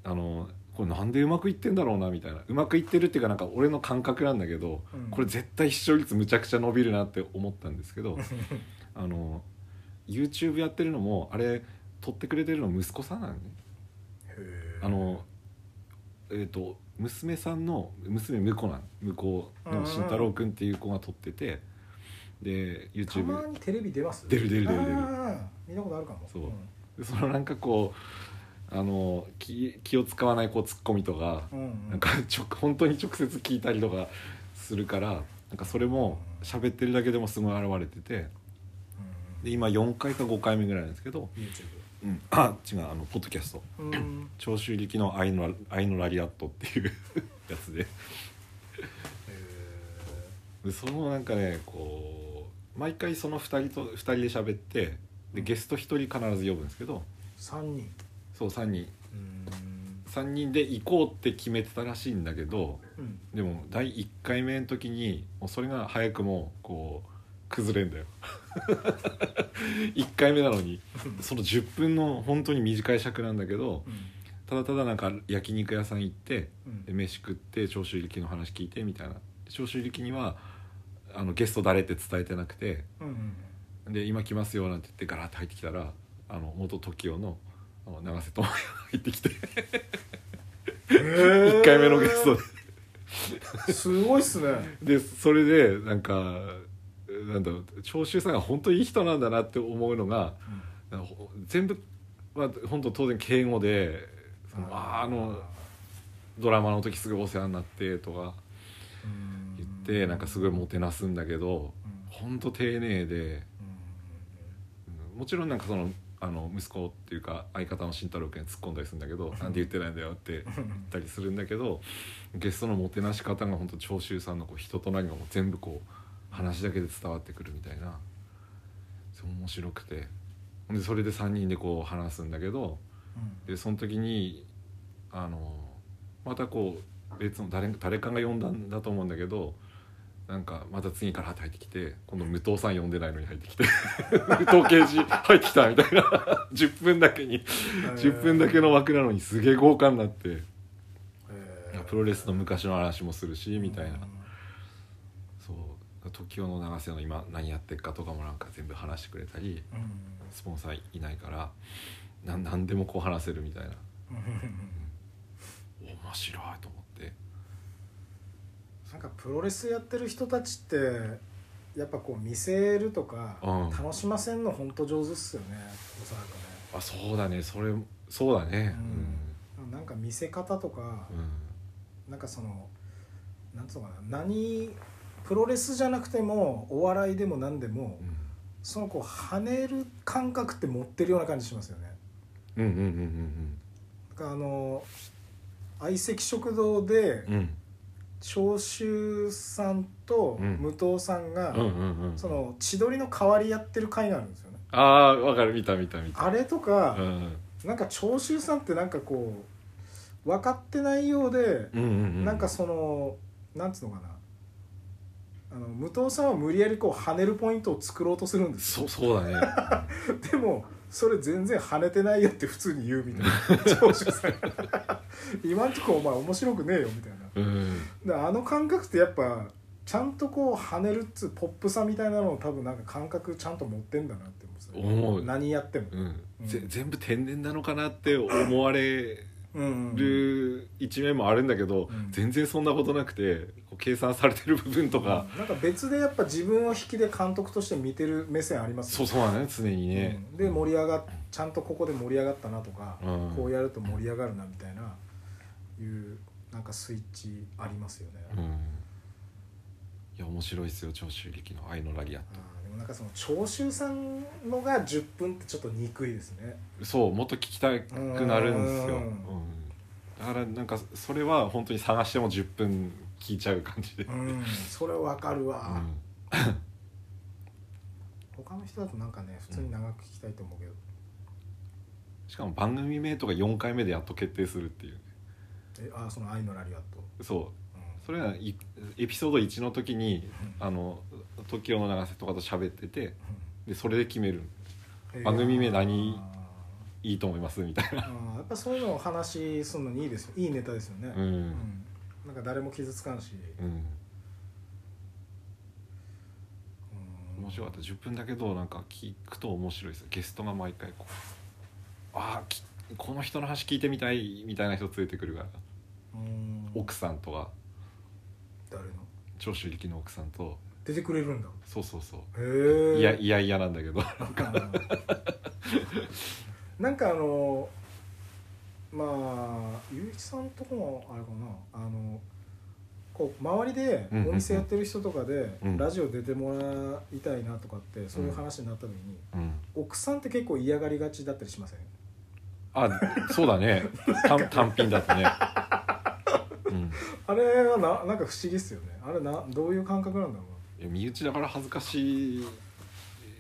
Speaker 2: あのこれなんでうまくいってんだろうなみたいなうまくいってるっていうかなんか俺の感覚なんだけど、
Speaker 1: うん
Speaker 2: これ絶対視聴率むちゃくちゃ伸びるなって思ったんで
Speaker 1: (laughs)
Speaker 2: すけどあの YouTube やってるのもあれ撮ってくれてるの息子さんなんね
Speaker 1: へえ
Speaker 2: あのえっ、と娘さんの娘婿なん向こうの慎太郎君っていう子が撮っててで
Speaker 1: た
Speaker 2: YouTube
Speaker 1: まにテレビ出ます
Speaker 2: 出る出る出る出る
Speaker 1: あー見たことあるかも
Speaker 2: そうんでそのなんかこうあの気気を使わないこうツッコミとか、
Speaker 1: うん
Speaker 2: なんかちょ本当に直接聞いたりとかするからなんかそれも喋ってるだけでもすごい現れてて
Speaker 1: うん
Speaker 2: で今4回か5回目ぐらいなんですけど、
Speaker 1: YouTube
Speaker 2: うん、あ違うあのポッドキャスト
Speaker 1: うん
Speaker 2: 長州力の愛の「愛のラリアット」っていう (laughs) やつで
Speaker 1: へえ
Speaker 2: でそのなんかねこう毎回その2人と2人で喋ってでゲスト1人必ず呼ぶんですけど
Speaker 1: 3人
Speaker 2: そう3人
Speaker 1: うん
Speaker 2: 3人で行こうって決めてたらしいんだけど
Speaker 1: うん
Speaker 2: でも第1回目の時にもうそれが早くもこう崩れんだよ1回目なのにその10分の本当に短い尺なんだけど
Speaker 1: うん
Speaker 2: ただただなんか焼肉屋さん行って
Speaker 1: うん
Speaker 2: で飯食って長州力の話聞いてみたいな長州力にはあのゲスト誰って伝えてなくて
Speaker 1: うん
Speaker 2: (laughs)
Speaker 1: うん
Speaker 2: で今来ますよなんて言ってガラッと入ってきたらあの元 TOKIO のあの永瀬智也が入ってきて1 (laughs)
Speaker 1: 1
Speaker 2: 回目のゲストです
Speaker 1: ごいっ
Speaker 2: (laughs)
Speaker 1: すね
Speaker 2: でそれでなんかなんだろう長州さんが本当にいい人なんだなって思うのがなんかほ全部まあ本当当然敬語で「そのあーあのドラマの時すごいお世話になって」とか言ってなんかすごいもてなすんだけど
Speaker 1: うん
Speaker 2: 本当丁寧で
Speaker 1: う
Speaker 2: うんもちろんなんかそのあの息子っていうか相方の慎太郎君に突っ込んだりするんだけど「なんて言ってないんだよ」って
Speaker 1: んうんうん
Speaker 2: ったりするんだけどゲストのもてなし方が本当長州さんのこう人となりがもう全部こう話だけで伝わってくるみたいな面白くてほんでそれで3人でこう話すんだけどでその時にあのまたこう別の誰誰かが呼んだんだと思うんだけどなんかまた次から入ってきて今度武藤さん呼んでないのに入ってき (laughs) て武藤刑事入ってきたみたいな (laughs) 10分だけに10分だけの枠なのにすげえ豪華になってプロレスの昔の話もするしみたいなそう時代の永瀬の今何やってっかとかもなんか全部話してくれたりスポンサーいないからなん何でもこう話せるみたいな面白いと思って
Speaker 1: なんかプロレスやってる人たちってやっぱこう見せるとか
Speaker 2: うん
Speaker 1: 楽しませんの本当上手っすよねおそらくね
Speaker 2: あそうだねそれそうだね
Speaker 1: なんか見せ方とか
Speaker 2: うん、うん
Speaker 1: なんかそのなんつうのかな何プロレスじゃなくてもお笑いでも何でもそのこう跳ねる感覚って持ってるような感じしますよね
Speaker 2: うんうんうん
Speaker 1: だからあの相席食堂で
Speaker 2: うんうんうん
Speaker 1: 長州さんと
Speaker 2: うん
Speaker 1: 武藤さんが、
Speaker 2: うんうんうん
Speaker 1: その千鳥の代わりやってる回があるんですよね
Speaker 2: ああわかる見た見た見た
Speaker 1: あれと
Speaker 2: うん
Speaker 1: か、なんか長州さんってなんかこう分かってないようで、
Speaker 2: うんうんうん
Speaker 1: なんかそのなんつうのかなあの武藤さんは無理やりこう跳ねるポイントを作ろうとするんです
Speaker 2: そそうだね
Speaker 1: でもそれ全然跳ねてないよって普通に言うみたい
Speaker 2: (laughs)
Speaker 1: な長州さんが今んとこお前面白くねえよみたいな
Speaker 2: うん
Speaker 1: であの感覚ってやっぱちゃんとこう跳ねるっつうポップさみたいなのを多分なんか感覚ちゃんと持ってんだなって思うんですよ
Speaker 2: 思う
Speaker 1: 何やっても、
Speaker 2: うん
Speaker 1: うん
Speaker 2: ぜ全部天然なのかなって思われ
Speaker 1: うんうん
Speaker 2: る一面もあるんだけど、
Speaker 1: うん
Speaker 2: 全然そんなことなくてこう計算されてる部分とか、
Speaker 1: なんか別でやっぱ自分を引きで監督として見てる目線あります
Speaker 2: そう
Speaker 1: よ
Speaker 2: そうだね常にね、
Speaker 1: うんで盛り上がっちゃんとここで盛り上がったなとか、
Speaker 2: うん
Speaker 1: こうやると盛り上がるなみたいないうなんかスイッチありますよね、
Speaker 2: う
Speaker 1: あ
Speaker 2: んいや面白いっすよ長州力の「愛のラリアッ
Speaker 1: ーでもなんかその長州さんのが10分ってちょっと憎いですね
Speaker 2: ト」そうもっと聞きたくなるんですよ、
Speaker 1: うん
Speaker 2: うんだからなんかそれは本当に探しても10分聞いちゃう感じで、
Speaker 1: うんそれわかるわ、
Speaker 2: うん
Speaker 1: 他の人だとなんかね普通に長く聞きたいと思うけど、
Speaker 2: しかも番組名とか4回目でやっと決定するっていうね
Speaker 1: えあその「愛のラリアット
Speaker 2: そう」それはいエピソード1の時にあの TOKIO の永瀬とかと喋っててでそれで決める
Speaker 1: うん
Speaker 2: (laughs) 番組名何
Speaker 1: えー
Speaker 2: いいと思いますみたい
Speaker 1: あ
Speaker 2: な
Speaker 1: ーやっぱそういうのを話するのにいいですよいいネタですよね、
Speaker 2: うん
Speaker 1: うんなんか誰も傷つかんし、
Speaker 2: うん
Speaker 1: うん
Speaker 2: 面白かった10分だけどなんか聞くと面白いですゲストが毎回こうああきこの人の話聞いてみたいみたいな人連れてくるから
Speaker 1: うん
Speaker 2: 奥さんとか
Speaker 1: 誰の
Speaker 2: 長州力の奥さんと
Speaker 1: 出てくれるんだ
Speaker 2: そうそうそう
Speaker 1: へえ
Speaker 2: いやいやいやなんだけど
Speaker 1: なんかあのまあゆういちさんとこもあれかなあのこう周りで
Speaker 2: うんうんうん
Speaker 1: お店やってる人とかで
Speaker 2: うん
Speaker 1: ラジオ出てもらいたいなとかってそういう話になった時に
Speaker 2: うん
Speaker 1: 奥さんって結構嫌がりがちだったりしません
Speaker 2: あそうだね単単品だとねうん
Speaker 1: あれはななんか不思議っすよねあれなどういう感覚なんだろ
Speaker 2: いや身内だから恥ずかしい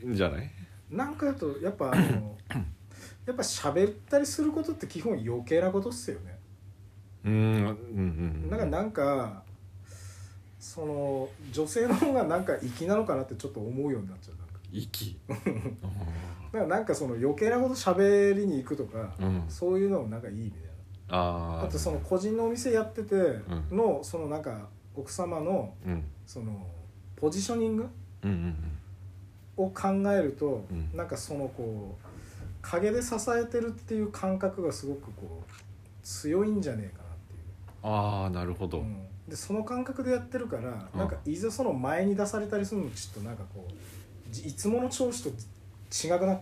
Speaker 2: んじゃないう
Speaker 1: ななんかだとやっぱあ
Speaker 2: (laughs)
Speaker 1: のやっぱ喋ったりすることって基本余計なことっすよね
Speaker 2: うんうんうん
Speaker 1: なんかなんかその女性の方がなんか粋なのかなってちょっと思うようになっちゃうなんか
Speaker 2: 息
Speaker 1: だからなんかその余計なこと喋りに行くとか、
Speaker 2: うん
Speaker 1: そういうのもなんかいいみたい
Speaker 2: あ
Speaker 1: な
Speaker 2: あ
Speaker 1: あとその個人のお店やってての、そのなんか奥様の
Speaker 2: うん
Speaker 1: そのポジショニング
Speaker 2: うんうん
Speaker 1: を考えると、
Speaker 2: うん
Speaker 1: なんかそのこう陰で支えてるっていう感覚がすごくこう強いんじゃねえかなっていう
Speaker 2: ああなるほど、
Speaker 1: うん、でその感覚でやってるから、
Speaker 2: うん
Speaker 1: なんかいざその前に出されたりするのちょっとなんかこうじいつもの調子と違くなっ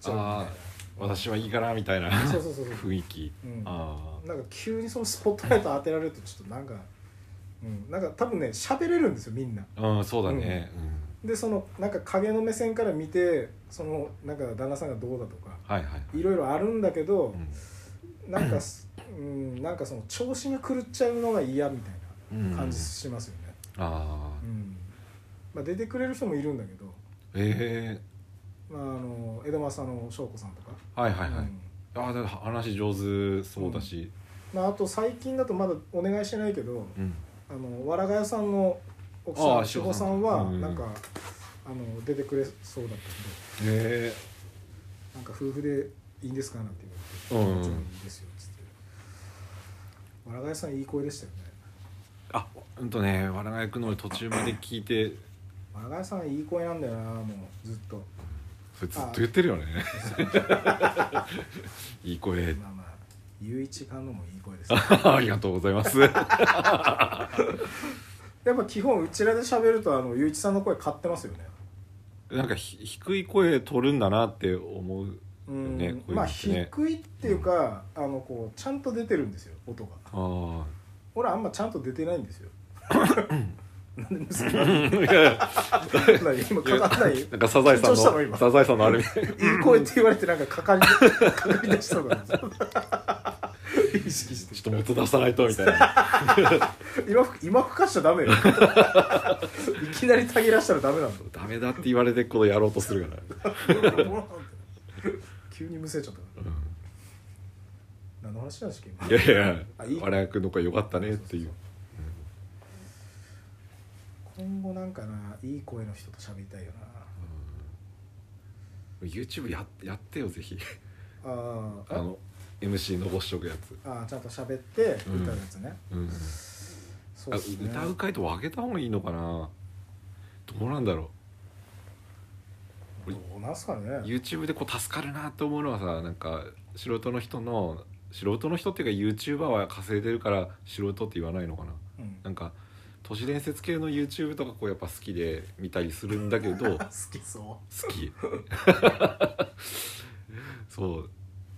Speaker 1: ちゃうみ
Speaker 2: あ私はいいかな
Speaker 1: (laughs)
Speaker 2: みたいな
Speaker 1: たいなそうそうそうそう、
Speaker 2: 雰囲気
Speaker 1: うん、な
Speaker 2: あ
Speaker 1: んか急にそのスポットライト当てられるとちょっとなんか、うん、なんか多分ね喋れるんですよみんな
Speaker 2: あうんそうだね、うん
Speaker 1: でそのなんか影の目線から見てそのなんか旦那さんがどうだとか
Speaker 2: はいはい、
Speaker 1: いろいろあるんだけど
Speaker 2: う、ん
Speaker 1: なんかす、うん、なんかその調子が狂っちゃうのが嫌みたい
Speaker 2: うん
Speaker 1: な感じしますよね、
Speaker 2: ああ
Speaker 1: うんまあ、出てくれる人もいるんだけど、
Speaker 2: ええ
Speaker 1: まあ、あの江戸正の翔子さんとか、
Speaker 2: はいはいはい、
Speaker 1: うん
Speaker 2: ああだから話上手そうだし
Speaker 1: まあ、あと最近だとまだお願いしてないけど
Speaker 2: うん、
Speaker 1: あのわらが屋さんの奥
Speaker 2: あ
Speaker 1: さ
Speaker 2: あ
Speaker 1: ん志保さんは
Speaker 2: 志保さんうん
Speaker 1: なんか、あの出てくれそうだったけど
Speaker 2: へ
Speaker 1: なんか夫婦でいいんですかなんて言われて「も
Speaker 2: うん
Speaker 1: ちろんいいですよ」っつってわらが屋さんいい声でしたよね
Speaker 2: あうんとねわらがやくのり途中まで聞いて
Speaker 1: わらが屋さんいい声なんだよなもうずっと
Speaker 2: それずっと言ってるよね
Speaker 1: (laughs)
Speaker 2: いい声
Speaker 1: まあまあ雄一感のもいい声です、ね、
Speaker 2: ありがとうございますあ
Speaker 1: やっぱ基本うちらで喋るとあの雄一さんの声買ってますよね
Speaker 2: なんかひ低い声取るんだなって思う
Speaker 1: うん、
Speaker 2: ねこういう
Speaker 1: ま
Speaker 2: の
Speaker 1: あ
Speaker 2: ってね
Speaker 1: 低いっていうか、あのこうちゃんと出てるんですよ音が
Speaker 2: あ
Speaker 1: 俺あんまちゃんと出てないん
Speaker 2: (laughs)
Speaker 1: ですよなんでですか
Speaker 2: あいやいや
Speaker 1: 何今かかんないいい
Speaker 2: なんかサザエさん
Speaker 1: 緊張したの
Speaker 2: の
Speaker 1: 今
Speaker 2: サザエさんのあれみたい
Speaker 1: 声って言われてなんかかかり (laughs) かかりだしたのか
Speaker 2: (laughs)
Speaker 1: な意識して
Speaker 2: ちょっと元出さないとみたいな
Speaker 1: 今ふ今吹かしちゃ
Speaker 2: (laughs)
Speaker 1: ダメよいきなりたぎらしたらダメなんだ
Speaker 2: ダメだって言われてこのやろうとするから、
Speaker 1: 急にむせちゃった
Speaker 2: う
Speaker 1: 何の話なんでしたっけ
Speaker 2: ん、いやいや
Speaker 1: (laughs) あいい
Speaker 2: わらやくの声よかったねっていう
Speaker 1: 今後なんかないい声の人と喋りたいよな
Speaker 2: うん YouTube ややってよぜひ
Speaker 1: あ
Speaker 2: あ
Speaker 1: あ
Speaker 2: の MC のぼしとくやつ、
Speaker 1: ああちゃんと喋って歌うやつね、
Speaker 2: うん
Speaker 1: そう
Speaker 2: あ
Speaker 1: ですね
Speaker 2: 歌う回答を上げた方がいいのかなどうなんだろ
Speaker 1: どうなんすかね
Speaker 2: う YouTube でこう助かるなと思うのはさなんか素人の人の素人の人っていうか YouTuber は稼いでるから素人って言わないのかな
Speaker 1: うん
Speaker 2: なんか都市伝説系の YouTube とかこうやっぱ好きで見たりするんだけ
Speaker 1: 好
Speaker 2: ど
Speaker 1: きそ
Speaker 2: 好きそ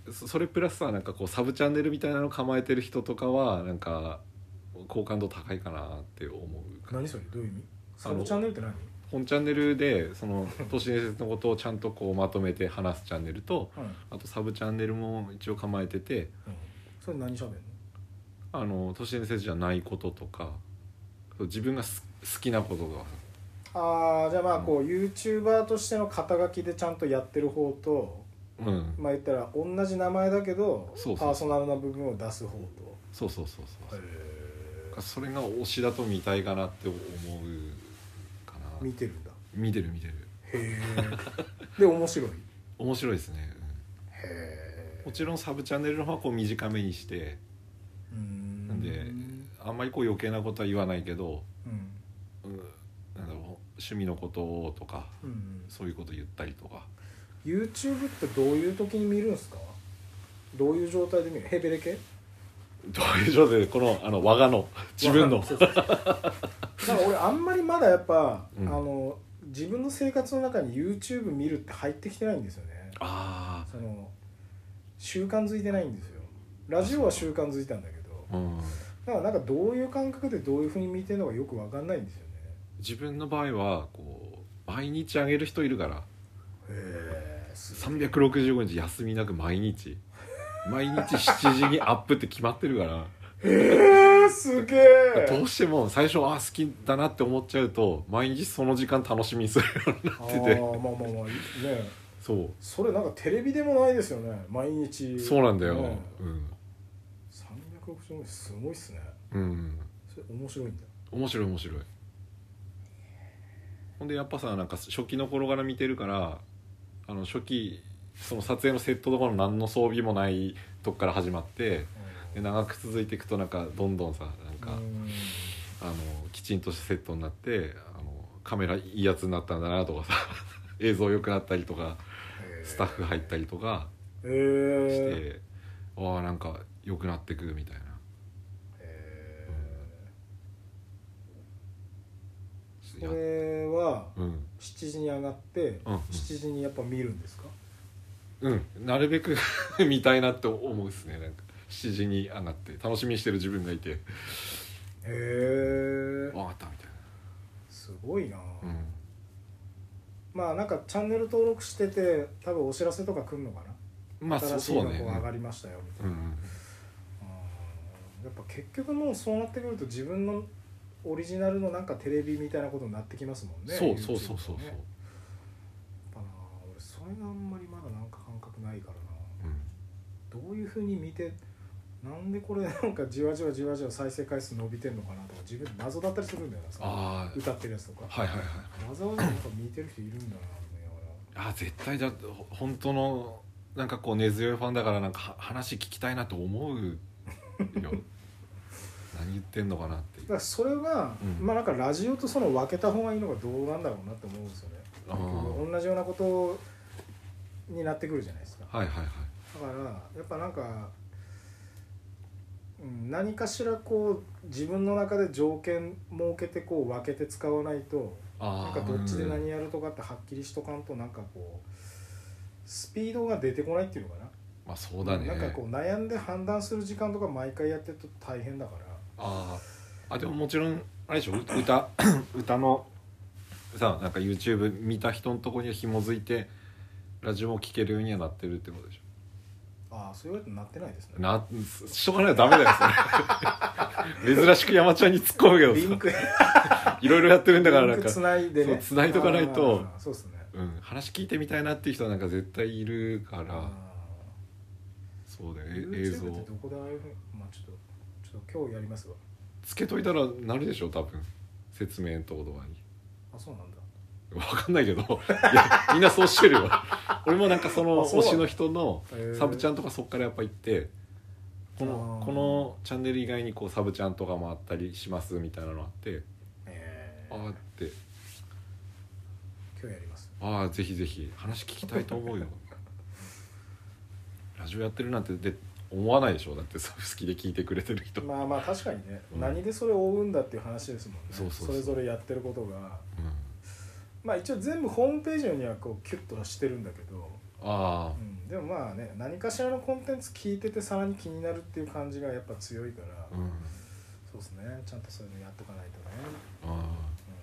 Speaker 2: うそそれプラスさなんかこうサブチャンネルみたいなの構えてる人とかはなんか好感度高いかなって思う
Speaker 1: う
Speaker 2: か
Speaker 1: 何それどういう意味サブチャンネルって何
Speaker 2: 本チャンネルでその都市伝説のことをちゃんとこうまとめて話すチャンネルと
Speaker 1: うん、うん、
Speaker 2: あとサブチャンネルも一応構えてて
Speaker 1: それ何喋んの
Speaker 2: あの都市伝説じゃないこととかそう自分がす好きなこととか
Speaker 1: あーじゃあまあこう YouTuber としての肩書きでちゃんとやってる方と
Speaker 2: うん
Speaker 1: まあ言ったら同じ名前だけど
Speaker 2: そうそう
Speaker 1: パーソナルな部分を出す方
Speaker 2: そうそうそう
Speaker 1: と
Speaker 2: そうそれが推しだと見たいかなって思うかな
Speaker 1: 見てるんだ
Speaker 2: 見てる見てる
Speaker 1: へえで面白いへ
Speaker 2: 面白いですね、うん
Speaker 1: え
Speaker 2: もちろんサブチャンネルの方はこう短めにして
Speaker 1: うん
Speaker 2: で
Speaker 1: うん
Speaker 2: あんまりこう余計なことは言わないけど、うん、なんだろう趣味のこととか
Speaker 1: うん
Speaker 2: そういうこと言ったり
Speaker 1: (laughs)
Speaker 2: とか
Speaker 1: YouTube ってどういう時に見るんすかどういう状態で見るヘベレ系
Speaker 2: どういう状態でこのあの我がの自分の
Speaker 1: わかんないそうそうそうだから俺あんまりまだやっぱ、
Speaker 2: うん
Speaker 1: あの自分の生活の中に YouTube 見るって入ってきてないんですよね
Speaker 2: あ
Speaker 1: その習慣づいてないんですよラジオは習慣づいたんだけど
Speaker 2: あうん
Speaker 1: だからなんかどういう感覚でどういうふうに見てるのかよく分かんないんですよね
Speaker 2: 自分の場合はこう毎日あげる人いるから
Speaker 1: へえす
Speaker 2: 365日休みなく毎日毎日7時にアップって決まってるから
Speaker 1: すげ
Speaker 2: (laughs) ど
Speaker 1: え
Speaker 2: うしても最初あ好きだなって思っちゃうと毎日その時間楽しみにするよう
Speaker 1: (laughs)
Speaker 2: に
Speaker 1: あ
Speaker 2: なって
Speaker 1: ー
Speaker 2: て
Speaker 1: まあまあまあね
Speaker 2: そ
Speaker 1: それなんかテレビでもないですよね毎日
Speaker 2: うそうなんだよ、
Speaker 1: ね
Speaker 2: うん
Speaker 1: 365日すごいっすね
Speaker 2: うん
Speaker 1: それ面白いんだ
Speaker 2: 面白い面白いほんでやっぱさなんか初期の頃から見てるからあの初期その撮影のセットとかの何の装備もないとこから始まってで長く続いていくとなんかどんどんさなんか、
Speaker 1: うん
Speaker 2: あのきちんとしたセットになってあのカメラいいやつになったんだなとかさ (laughs) 映像良くなったりとかスタッフ入ったりとか
Speaker 1: へ
Speaker 2: し
Speaker 1: え
Speaker 2: て、ああなんか良くなってくみたいな
Speaker 1: へ
Speaker 2: ち
Speaker 1: え
Speaker 2: ょっ
Speaker 1: こと
Speaker 2: や
Speaker 1: れは
Speaker 2: うん
Speaker 1: 7時に上がって
Speaker 2: うんうん
Speaker 1: 7時にやっぱ見るんですか
Speaker 2: うんなるべく (laughs) 見たいなって思うっすねなんか7時に上がって楽しみにしてる自分がいて
Speaker 1: へえ
Speaker 2: わかったみたい
Speaker 1: すごいな、
Speaker 2: なうん
Speaker 1: まあなんかチャンネル登録してて多分お知らせとか来るのか
Speaker 2: ま
Speaker 1: な
Speaker 2: あそ
Speaker 1: 新
Speaker 2: う
Speaker 1: しいの
Speaker 2: そう
Speaker 1: こう
Speaker 2: ね
Speaker 1: 上がりましたよみた
Speaker 2: う
Speaker 1: い
Speaker 2: ん
Speaker 1: な、うんやっぱ結局もうそうなってくると自分のオリジナルのなんかテレビみたいなことになってきますもん
Speaker 2: うん
Speaker 1: ね
Speaker 2: そうそうそうそう
Speaker 1: YouTube とかね
Speaker 2: そ
Speaker 1: やっぱな俺そうれがあんまりまだなんか感覚ないからな
Speaker 2: うん
Speaker 1: どういうふうに見てなんでこれなんかじわじわじわじわ再生回数伸びてんのかなとか自分で謎だったりするんだよなその
Speaker 2: あ
Speaker 1: 歌ってるやつとか、
Speaker 2: あはいはいはい
Speaker 1: わざわざなんか見てる人いるんだなと思いながら
Speaker 2: あ絶対だほ本当のなんかこう根強いファンだからなんかは話聞きたいなと思
Speaker 1: (laughs)
Speaker 2: うよ何言ってんのかなってい
Speaker 1: だ
Speaker 2: う
Speaker 1: からそれは、
Speaker 2: うん
Speaker 1: まあなんかラジオとその分けた方がいいのがどうなんだろうなって思うんですよね
Speaker 2: あー
Speaker 1: 同じようなことになってくるじゃないですかだか
Speaker 2: はいはいは
Speaker 1: ら
Speaker 2: い
Speaker 1: やっぱなんかうん何かしらこう自分の中で条件設けてこう分けて使わないとな
Speaker 2: あ
Speaker 1: ん
Speaker 2: あ
Speaker 1: かどっちで何やるとかってはっきりしとかんとなんかこうスピードが出てこないっていうのかな
Speaker 2: まあそうだね
Speaker 1: なんかこう悩んで判断する時間とか毎回やってると大変だから
Speaker 2: あーあでももちろんあれでしょう歌 (coughs) 歌のさなんか YouTube 見た人のとこに紐づいてラジオも聴けるようにはなってるってことでし
Speaker 1: ああそういうことになってないです
Speaker 2: ょ
Speaker 1: ね
Speaker 2: なしょうがないとダメだよ
Speaker 1: (laughs)
Speaker 2: それ珍しく山ちゃんに突っ込むけど
Speaker 1: リン
Speaker 2: さ
Speaker 1: ク
Speaker 2: いろいろやって (laughs) るんだからなん
Speaker 1: リンク
Speaker 2: か
Speaker 1: つないでね
Speaker 2: そう繋いとかないと
Speaker 1: あーそうですね
Speaker 2: うん、話聞いてみたいなっていう人はなんか絶対いるからそうだよえ映
Speaker 1: YouTube
Speaker 2: 像
Speaker 1: ってどこでああいうふうにまあちょっとちょっと今日やりますわ
Speaker 2: つけといたらなるでしょ多分説明のとことかに
Speaker 1: あそうなんだ
Speaker 2: 分かんないけど (laughs) いやみんなそうしてるよ (laughs) 俺もなんかその
Speaker 1: あそう
Speaker 2: 推
Speaker 1: なの
Speaker 2: しの人の
Speaker 1: へー
Speaker 2: サブちゃんとかそっからやっぱ行って
Speaker 1: あ
Speaker 2: この
Speaker 1: ー
Speaker 2: このチャンネル以外にこうサブちゃんとかもあったりしますみたいなのあって
Speaker 1: え
Speaker 2: あ
Speaker 1: ー
Speaker 2: あって
Speaker 1: 今日やります
Speaker 2: ああぜひぜひ話聞きたい
Speaker 1: (laughs)
Speaker 2: と思うよラジオやってるなんてで思わないでしょだってそう好きで聞いてくれてる人、
Speaker 1: まあまあ確かにね、
Speaker 2: うん
Speaker 1: 何でそれを追うんだっていう話ですもんね
Speaker 2: そうそうそう
Speaker 1: れぞれやってることが
Speaker 2: うん
Speaker 1: まあ一応全部ホームページにはこうキュッとはしてるんだけど
Speaker 2: ああ
Speaker 1: うん、でもまあね何かしらのコンテンツ聞いててさらに気になるっていう感じがやっぱ強いから、
Speaker 2: うん
Speaker 1: そうですねちゃんとそういうのやっとかないとね、う
Speaker 2: あ
Speaker 1: ん、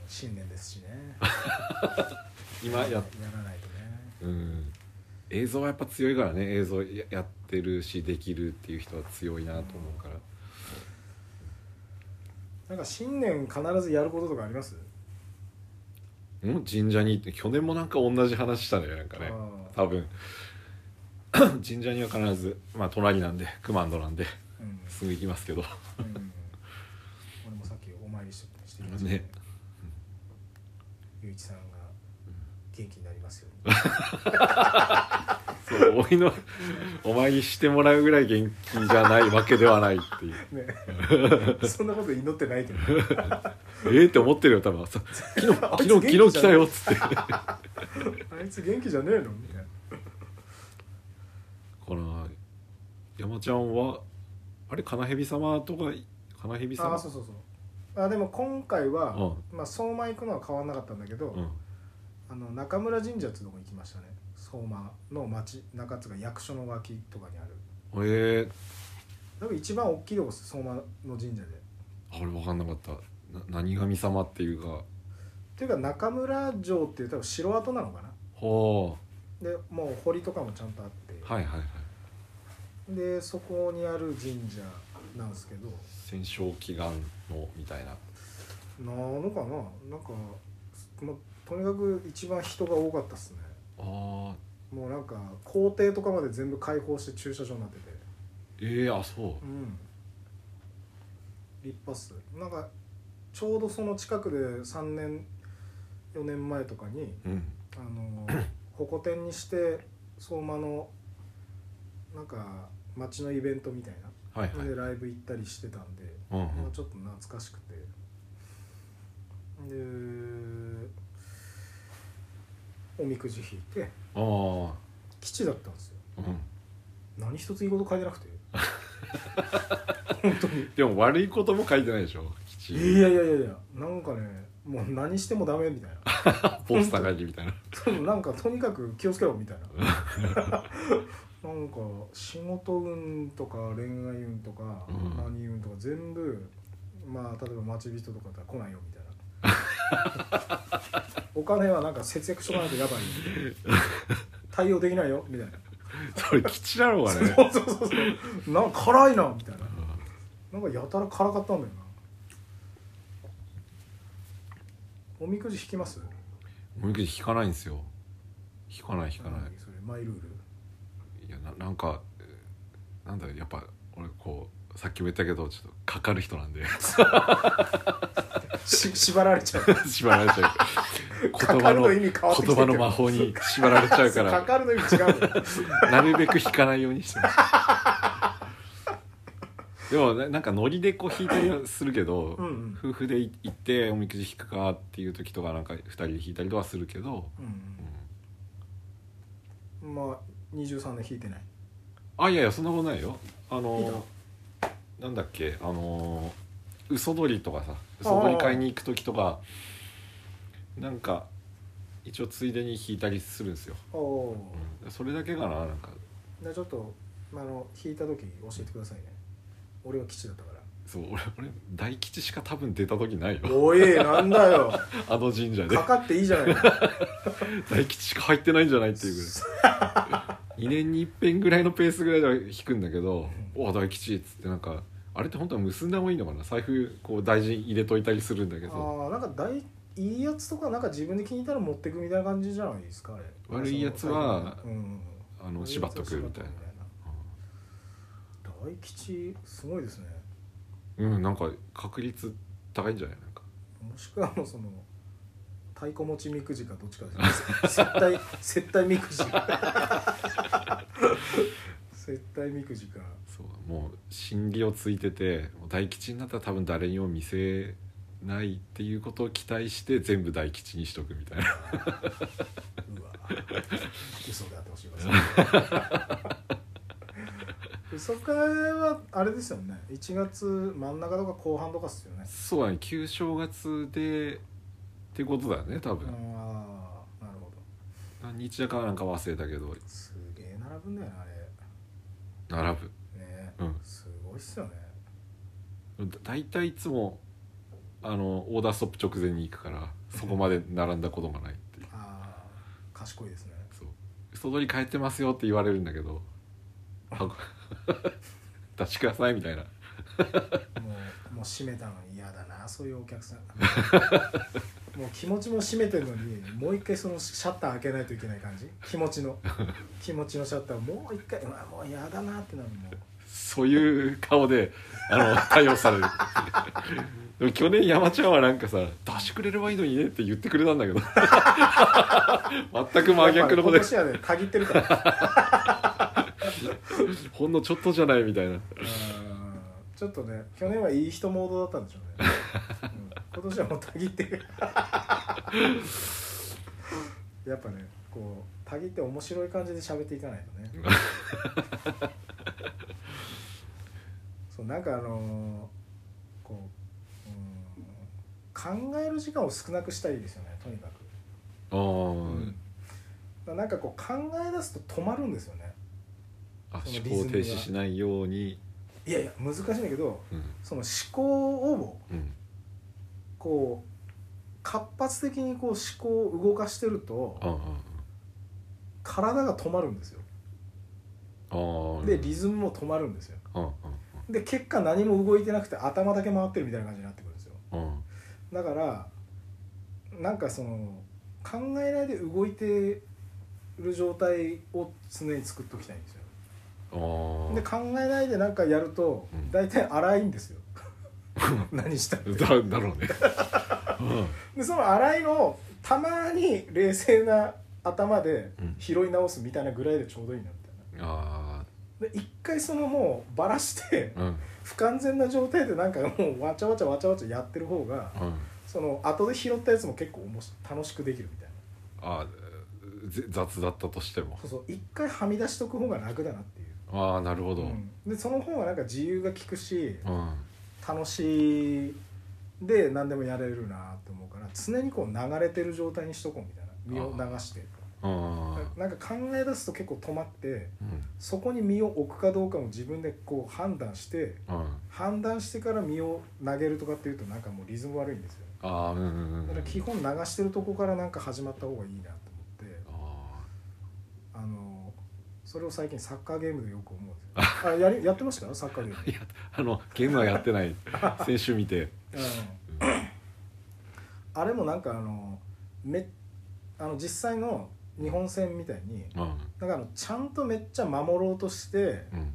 Speaker 1: 新年ですしね
Speaker 2: ー (laughs) 今や
Speaker 1: や
Speaker 2: っ
Speaker 1: らないとね
Speaker 2: うん映像はやっぱ強いからね映像ややってるしできるっていう人は強いなと思うから
Speaker 1: なんか新年必ずやることとかあります
Speaker 2: うん神社に行って去年もなんか同じ話したねなんかね
Speaker 1: あ
Speaker 2: 多分 (coughs) 神社には必ずまあ隣なんで熊野なんで
Speaker 1: うん、うん
Speaker 2: すぐ行きますけど
Speaker 1: 俺もさっきお参りしてしてきました
Speaker 2: ね
Speaker 1: ゆういちさんが元気になりますように
Speaker 2: そうおいのお前にしてもらうぐらい元気じゃないわけではないっていう (laughs)
Speaker 1: ねそんなこと祈ってないけど
Speaker 2: ええって思ってるよ多分そう (laughs) 昨日昨日昨日来たよっつって
Speaker 1: あいつ元気じゃねえのみたいな
Speaker 2: この山ちゃんはあれ金蛇様とか金蛇様
Speaker 1: あそうそうそうあでも今回は、まあ、相馬行くのは変わんなかったんだけど、
Speaker 2: うん、
Speaker 1: あの中村神社ってとこ行きましたね相馬の町中津が役所の脇とかにある
Speaker 2: えー、
Speaker 1: 多分一番大きいとこです相馬の神社でっ
Speaker 2: あれ分かんなかったな何神様っていうか
Speaker 1: ていうか中村城っていう多分城跡なのかな
Speaker 2: ほ
Speaker 1: でもう堀とかもちゃんとあって、
Speaker 2: うはいはいはい
Speaker 1: でそこにある神社なんですけど
Speaker 2: 戦勝祈願のみたいな
Speaker 1: なのかななんか、まあ、とにかく一番人が多かったっすね
Speaker 2: あー
Speaker 1: もうなんか校庭とかまで全部開放して駐車場になってて
Speaker 2: えー、あそ
Speaker 1: うん立派っすなんかちょうどその近くで3年4年前とかに
Speaker 2: ううん
Speaker 1: あの
Speaker 2: (clears throat)
Speaker 1: 保護店にして相馬のなんか町のイベントみたいな
Speaker 2: はいはい
Speaker 1: でライブ行ったりしてたんで、
Speaker 2: うんうん
Speaker 1: まあちょっと懐かしくてでおみくじ引いて
Speaker 2: あー
Speaker 1: 基地だったんですよ
Speaker 2: うん
Speaker 1: 何一ついいこと書いてなく
Speaker 2: (laughs)
Speaker 1: て本当に
Speaker 2: でも悪いことも書いてないでしょ吉
Speaker 1: いやいやいやいやなんかねもう何してもダメみたいな
Speaker 2: ポスターがりみた
Speaker 1: (laughs)
Speaker 2: いな
Speaker 1: そのなんかとにかく気をつけろみたいななんか仕事運とか恋愛運とか
Speaker 2: うん
Speaker 1: 何運とか全部まあ例えば待ち人とかだったら来ないよみたいな
Speaker 2: (laughs)
Speaker 1: お金はなんか節約しとかないとやばいよみたいな対応できないよみたいな
Speaker 2: それ吉だろうがね
Speaker 1: そうそうそうそうなんか辛いなみたいななんかやたら辛かったんだよなおみくじ引きます
Speaker 2: おみくじ引かないんですよ引かない引かない
Speaker 1: 何それマイルール
Speaker 2: いやななんかえーなんだろうやっぱ俺こうさっきも言ったけどちょっとかかる人なんで (laughs)
Speaker 1: し縛られちゃう
Speaker 2: 縛られ
Speaker 1: (laughs)
Speaker 2: ちゃう
Speaker 1: かかるの意味変わってきて
Speaker 2: 言
Speaker 1: る
Speaker 2: 葉の魔法に縛られちゃうか
Speaker 1: からかるの意味違うの
Speaker 2: なるべく引かないようにしてますでもななんかノリでこう引いたりはするけど、
Speaker 1: うんうん
Speaker 2: 夫婦でい行っておみくじ引くかっていう時とかなんか2人で引いたりとはするけど、うん
Speaker 1: うんまあ23年引いてない
Speaker 2: あいやいやそんなことないよあ
Speaker 1: いいな
Speaker 2: のなんだっけあの嘘取りとかさ嘘取り買いに行く時とかなんか一応ついでに引いたりするんですよ、
Speaker 1: おお
Speaker 2: うんそれだけかななんか
Speaker 1: ーじゃあちょっとあの引いた時教えてくださいね俺は基地だったから
Speaker 2: そう俺俺大吉しか多分出た時ない
Speaker 1: (laughs)
Speaker 2: よ
Speaker 1: おいなんだよ
Speaker 2: あの神社で
Speaker 1: かかっていいじゃないか
Speaker 2: 大吉しか入ってないんじゃないっていうぐらい2年に一遍ぐらいのペースぐらいでは引くんだけど「おお大吉」っつってなんかあれって本当は結んだ方がいいのかな財布こう大事に入れといたりするんだけ
Speaker 1: あ
Speaker 2: ど
Speaker 1: ーなんか大いいやつとかなんか自分で気に入ったら持ってくみたいな感じじゃないですかあれ
Speaker 2: 悪いやつは
Speaker 1: うんうん
Speaker 2: あの縛っとくみたいな
Speaker 1: 大吉すごいですね
Speaker 2: うんなんか確率高いんじゃないなんか
Speaker 1: もしくはもうその太鼓持ちみくじかどっちかですね接待接待みくじ接待みくじか
Speaker 2: そうもう心理をついててもう大吉になったら多分誰にも見せないっていうことを期待して全部大吉にしとくみたいな
Speaker 1: うわ嘘であってほしいわ嘘会はあれですよね1月真ん中とか後半とかっすよね
Speaker 2: そうだね旧正月でっていうことだよね多分、
Speaker 1: ああなるほど
Speaker 2: 何日だかなんか忘れたけど
Speaker 1: すげえ並ぶんだよなあ
Speaker 2: 並ぶ
Speaker 1: れね
Speaker 2: うん
Speaker 1: すごいっすよね
Speaker 2: だ大体いつもあのオーダーストップ直前に行くからそこまで並んだことがないっていう
Speaker 1: ああ賢いですね
Speaker 2: そう嘘取り変えてますよって言われるんだけどあ (laughs) 出してくださいみたいな
Speaker 1: もうもう閉めたのに嫌だなそういうお客さん (laughs) もう気持ちも閉めてるのにもう一回そのシャッター開けないといけない感じ気持ちの気持ちのシャッターをもう一回うわもう嫌だなってなるもう
Speaker 2: そういう顔であの対応
Speaker 1: (laughs)
Speaker 2: されるでも去年山ちゃんはなんかさ「出してくれればいいのにね」って言ってくれたんだけど (laughs) 全く真逆のこと
Speaker 1: やっぱ今
Speaker 2: で
Speaker 1: 年はね限ってるから
Speaker 2: ほんのちょっとじゃないみたいな
Speaker 1: うんちょっとね去年はいい人モードだったんでしょうね、うん、今年はもう限ってる (laughs) やっぱねこう限って面白い感じで喋っていかないとねそうなんかあのーこう、うん、考える時間を少なくしたいですよねとにかく、
Speaker 2: あー、
Speaker 1: だからなんかこう考え出すと止まるんですよね
Speaker 2: あ
Speaker 1: その
Speaker 2: 思
Speaker 1: リズムが
Speaker 2: 考停止しないように
Speaker 1: いやいや難しいんだけど
Speaker 2: うん
Speaker 1: その思考を
Speaker 2: うん
Speaker 1: こう活発的にこう思考を動かしてると
Speaker 2: ああ
Speaker 1: 体が止まるんですよ
Speaker 2: あああ
Speaker 1: でリズムも止まるんですよ
Speaker 2: うんうん
Speaker 1: で結果何も動いてなくて頭だけ回ってるみたいな感じになってくるんですよ
Speaker 2: うん
Speaker 1: だからなんかその考えないで動いてる状態を常に作っておきたいんですよ
Speaker 2: うん
Speaker 1: で考えないでなんかやると
Speaker 2: うん
Speaker 1: 大体荒いん
Speaker 2: (laughs)
Speaker 1: ですよ何したって
Speaker 2: ああだだろうね
Speaker 1: でその洗いのをたまに冷静な頭で
Speaker 2: うん
Speaker 1: 拾い直すみたいなぐらいでちょうどいいなみたい
Speaker 2: うんあ
Speaker 1: なで一回そのもうバラして (laughs)
Speaker 2: あうん
Speaker 1: 不完全な状態でなんかもうわちゃわちゃわちゃわちゃやってる方が
Speaker 2: うん
Speaker 1: その後で拾ったやつも結構おもし楽しくできるみたいな
Speaker 2: ああぜ雑だったとしても
Speaker 1: そうそう一回はみ出しとく方が楽だなっていう、
Speaker 2: ああなるほどう
Speaker 1: うんんでその方がなんか自由が利くし
Speaker 2: あ
Speaker 1: 楽しいで何でもやれるなって思うから常にこう流れてる状態にしとこうみたいな身を流して
Speaker 2: あ
Speaker 1: なんか考え出すと結構止まって
Speaker 2: うん
Speaker 1: そこに身を置くかどうかも自分でこう判断して
Speaker 2: うん
Speaker 1: 判断してから身を投げるとかっていうとなんかもうリズム悪いんですよ
Speaker 2: ああうんうんうん
Speaker 1: だから基本流してるとこからなんか始まった方がいいなと思って
Speaker 2: あ
Speaker 1: あのそれを最近サッカーゲームでよく思うんですよあやりやってましたサッカーゲーム
Speaker 2: あいやあのゲームはやってない (laughs) 先週見て
Speaker 1: うんあれもなんかあのめあの実際の日本戦みたいに
Speaker 2: うん
Speaker 1: だからあのちゃんとめっちゃ守ろうとして
Speaker 2: うん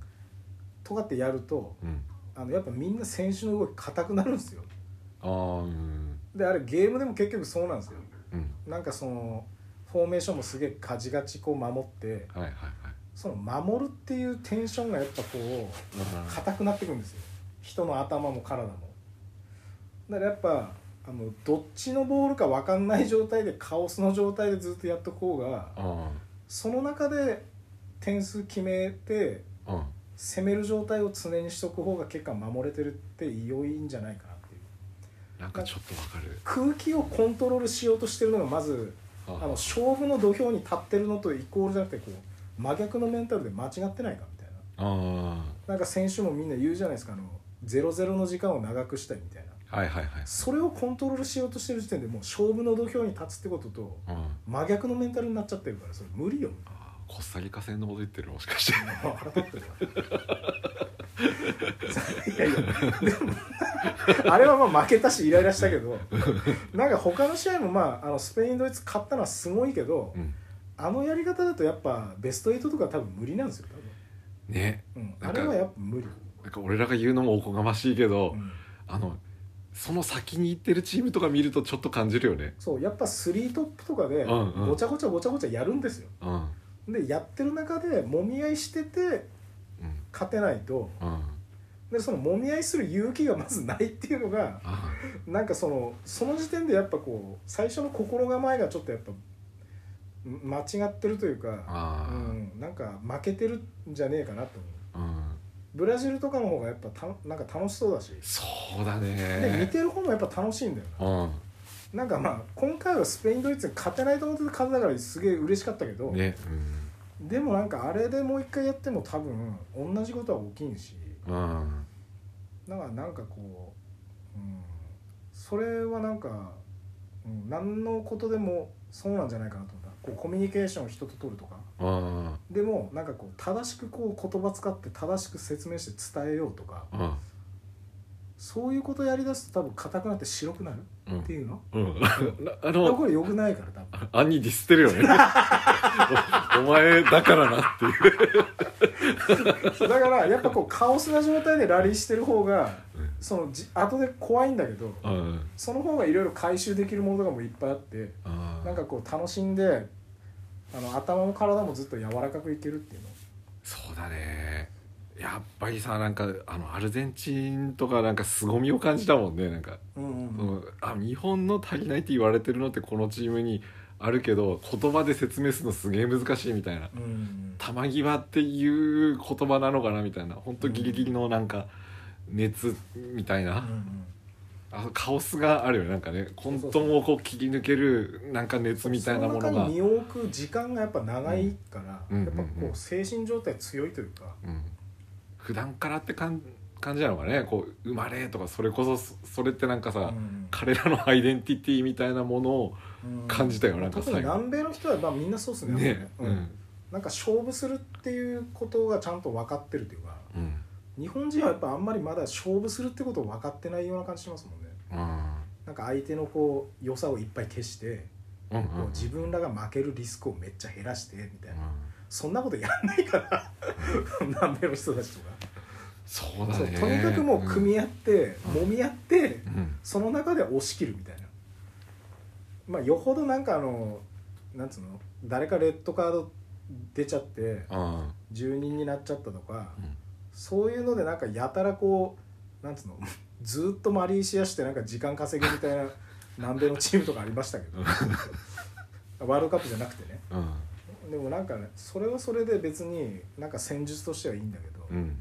Speaker 1: とかってやると
Speaker 2: うん
Speaker 1: あのやっぱみんな選手の動き硬くなるんですよ
Speaker 2: あーうん
Speaker 1: であれゲームでも結局そうなんですよ
Speaker 2: うん
Speaker 1: なんかそのフォーメーションもすげえガチガチこう守って
Speaker 2: はいはいはい
Speaker 1: その守るっていうテンションがやっぱこう硬くなってくるんですよ人の頭も体もだからやっぱあのどっちのボールか分かんない状態でカオスの状態でずっとやっとこうが
Speaker 2: あ
Speaker 1: その中で点数決めて
Speaker 2: ーうん
Speaker 1: 攻める状態を常にしとく方が結果守れてるって良いんじゃないかなっていう
Speaker 2: なんかちょっとわかる
Speaker 1: 空気をコントロールしようとしてるのがまず
Speaker 2: あ
Speaker 1: あの勝負の土俵に立ってるのとイコールじゃなくてこう真逆のメンタルで間違ってないかみたいな
Speaker 2: あ
Speaker 1: なんか先週もみんな言うじゃないですかあの0-0の時間を長くしたいみたいな
Speaker 2: ーはいはいはい
Speaker 1: それをコントロールしようとしてる時点でもう勝負の土俵に立つってことと
Speaker 2: うん
Speaker 1: 真逆のメンタルになっちゃってるからそれ無理よ
Speaker 2: あーコスタリカ戦のこと言ってるもしかして
Speaker 1: 腹立ってるわ (laughs) いやいやでもあれはまあ負けたしイライラしたけどなんか他の試合もまああのスペインドイツ勝ったのはすごいけど
Speaker 2: うん
Speaker 1: あのやり方だとやっぱベスト8とか多分無理なんですよ
Speaker 2: ね
Speaker 1: 多分、うん、
Speaker 2: な
Speaker 1: あ
Speaker 2: んか
Speaker 1: れはやっぱ無理、
Speaker 2: なんか俺らが言うのもおこがましいけど、
Speaker 1: うん
Speaker 2: あのその先に行ってるチームとか見るとちょっと感じるよね
Speaker 1: そうやっぱスリートップとかで
Speaker 2: うんうん
Speaker 1: ごちゃごちゃごちゃごちゃやるんですよ
Speaker 2: うんうん
Speaker 1: でやってる中で揉み合いしてて勝てないと
Speaker 2: うんあ
Speaker 1: でその揉み合いする勇気がまずないっていうのが
Speaker 2: あ
Speaker 1: なんかそのその時点でやっぱこう最初の心構えがちょっとやっぱん間違ってるというか、う
Speaker 2: ああ
Speaker 1: ん、なんか負けてるんじゃねえかなと思う
Speaker 2: うん
Speaker 1: ブラジルとかの方がやっぱたなんか楽しそうだし
Speaker 2: そうだ
Speaker 1: で見
Speaker 2: ね
Speaker 1: てる方もやっぱ楽しいんだよ
Speaker 2: うん
Speaker 1: ななんかまあ今回はスペインドイツに勝てないと思ってた数だからすげえ嬉しかったけど、
Speaker 2: ね
Speaker 1: でもなんかあれでもう一回やっても多分同じことは起きんし
Speaker 2: うんうん
Speaker 1: だからなんかこう、うん、それはなんか、うん、何のことでもそうなんじゃないかなと思ったこうコミュニケーションを人と取るとか
Speaker 2: うんうん
Speaker 1: でもなんかこう正しくこう言葉使って正しく説明して伝えようとかそういうことやりだすと多分硬くなって白くなる
Speaker 2: うん
Speaker 1: っていうの、
Speaker 2: うん (laughs) なあ
Speaker 1: でも
Speaker 2: の
Speaker 1: これ良くないから多分
Speaker 2: 兄ディスってるよね (laughs) おお前だからなっていう
Speaker 1: そうだからやっぱこうカオスな状態でラリーしてる方
Speaker 2: (laughs)
Speaker 1: がそのじ後で怖いんだけど
Speaker 2: うんうん
Speaker 1: その方がいろいろ回収できるものとかもいっぱいあって
Speaker 2: あ
Speaker 1: なん
Speaker 2: あ
Speaker 1: かこう楽しんであの頭も体もずっと柔らかくいけるっていうの
Speaker 2: そうだねやっぱりさなんかあのアルゼンチンとかなんか凄みを感じたもんねなんか
Speaker 1: うん
Speaker 2: そのあ日本の足りないって言われてるのってこのチームにあるけど言葉で説明するのすげえ難しいみたいな
Speaker 1: うん
Speaker 2: 玉際っていう言葉なのかなみたいな本当ギリギリのなんか熱みたいな、あのカオスがあるよねなんかね混沌をこう切り抜けるなんか熱みたいなも
Speaker 1: そ
Speaker 2: の
Speaker 1: の中
Speaker 2: が
Speaker 1: に身を置く時間がやっぱ長いから、
Speaker 2: うん
Speaker 1: やっぱ
Speaker 2: うんうん
Speaker 1: こ
Speaker 2: うん
Speaker 1: う精神状態強いというか、
Speaker 2: うん、普段からって感感じなのかねこう生まれとかそれこそそそれってなんかさ、
Speaker 1: うん
Speaker 2: 彼らのアイデンティティみたいなものを
Speaker 1: うん
Speaker 2: 感じたよなんか
Speaker 1: 特に
Speaker 2: 最後
Speaker 1: 南米の人はまあみんなそうですねやっぱ
Speaker 2: ね
Speaker 1: ね、
Speaker 2: うん
Speaker 1: うんなんか勝負するっていうことがちゃんと分かってるというか
Speaker 2: うん
Speaker 1: 日本人はやっぱあんまりまだ勝負するってことを分かってないような感じしますもんね
Speaker 2: うん
Speaker 1: なんか相手のこう良さをいっぱい消して
Speaker 2: うん
Speaker 1: こ
Speaker 2: う
Speaker 1: うん自分らが負けるリスクをめっちゃ減らしてみたいな、
Speaker 2: うん
Speaker 1: そんなことやんないから南米の人たちとか、
Speaker 2: そうだ
Speaker 1: そう
Speaker 2: ね
Speaker 1: とにかくもう組み合って、
Speaker 2: うん
Speaker 1: 揉み合って、
Speaker 2: うん、うん
Speaker 1: その中で押し切るみたいなまあよほどなんかあのなんつうの誰かレッドカード出ちゃって
Speaker 2: あ
Speaker 1: 住人になっちゃったとか、
Speaker 2: うん
Speaker 1: そういうのでなんかやたらこうなんつうの (laughs) ずっとマリーシアしてなんか時間稼ぎみたいな南米のチームとかありましたけどワールドカップじゃなくてね
Speaker 2: あうん
Speaker 1: でもなんかねそれはそれで別になんか戦術としてはいいんだけど、
Speaker 2: うん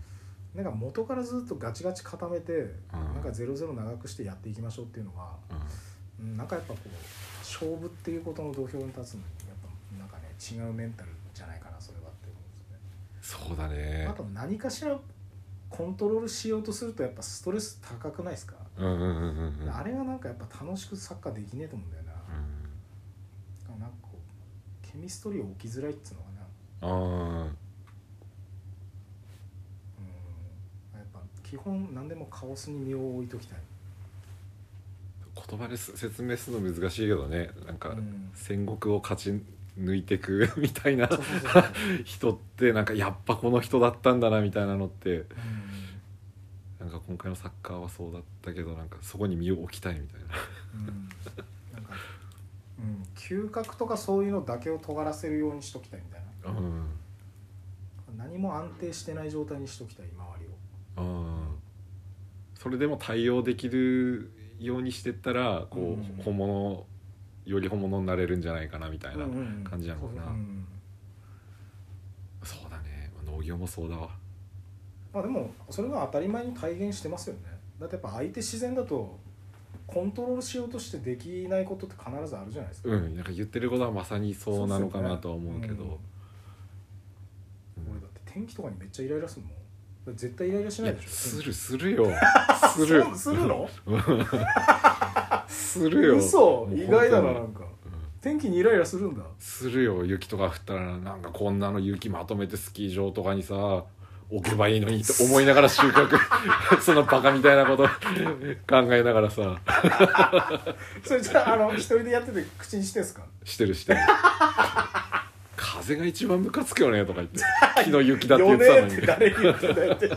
Speaker 1: なんか元からずっとガチガチ固めて、
Speaker 2: ん
Speaker 1: なんかゼロゼロ長くしてやっていきましょうっていうのが、うん、なんかやっぱこう勝負っていうことの土俵に立つのにやっぱなんかね違うメンタルじゃないかなそれはって思うんですよね。
Speaker 2: そうだね
Speaker 1: あと何かしらコントロールしようとするとやっぱストレス高くないですか、
Speaker 2: うんうんうんうんうん
Speaker 1: あれがなんかやっぱ楽しくサッカーできねえと思うんだよな、なんかこうケミストリーを起きづらいっつうのかな、
Speaker 2: うんあ
Speaker 1: うん、やっぱ基本何でもカオスに身を置いときたい、
Speaker 2: ー言葉です説明するの難しいけどねなんか
Speaker 1: うん
Speaker 2: 戦国を勝ち抜いてく (laughs) みたいな
Speaker 1: そうそうそうそう
Speaker 2: 人ってなんかやっぱこの人だったんだなみたいなのって
Speaker 1: う
Speaker 2: なんか今回のサッカーはそうだったけどなんかそこに身を置きたいみたいな
Speaker 1: んうんなんかうん嗅覚とかそういうのだけを尖らせるようにしときたいみたいな
Speaker 2: うん
Speaker 1: 何も安定してない状態にしときたい周りを
Speaker 2: うんそれでも対応できるようにしてったらこう、
Speaker 1: うん
Speaker 2: 本物より本物になれるんじゃないかなみたいな、感じなのか
Speaker 1: そうそう
Speaker 2: な
Speaker 1: うん
Speaker 2: そうだね農業もそうだわ
Speaker 1: まあでもそれは当たり前に体現してますよねだってやっぱ相手自然だとコントロールしようとしてできないことって必ずあるじゃないですか、
Speaker 2: うんなんか言ってることはまさにそうなのかなとは思うけど
Speaker 1: そうっすよね
Speaker 2: うん
Speaker 1: 俺だって天気とかにめっちゃイライラするもんだって絶対イライラし
Speaker 2: い
Speaker 1: ない
Speaker 2: や
Speaker 1: でしょ
Speaker 2: す
Speaker 1: 天
Speaker 2: るするよ
Speaker 1: (laughs)
Speaker 2: す
Speaker 1: 気
Speaker 2: る
Speaker 1: そうするの
Speaker 2: するよ
Speaker 1: 嘘
Speaker 2: もう
Speaker 1: 意外だなな
Speaker 2: 本
Speaker 1: んか
Speaker 2: 当にうん
Speaker 1: 天気にイライラするんだ
Speaker 2: するよ雪とか降ったらなんかこんなの雪まとめてスキー場とかにさ置けばいいのにって思いながら収
Speaker 1: (laughs)
Speaker 2: 穫そのバカみたいなこと考えながらさ
Speaker 1: それじゃああの一人でやってて口にしてんすか
Speaker 2: して
Speaker 1: (laughs)
Speaker 2: るしてる風が一番ムカつくよねとか言って昨日雪だって言ってたの
Speaker 1: よね
Speaker 2: に
Speaker 1: って誰に言ってたよって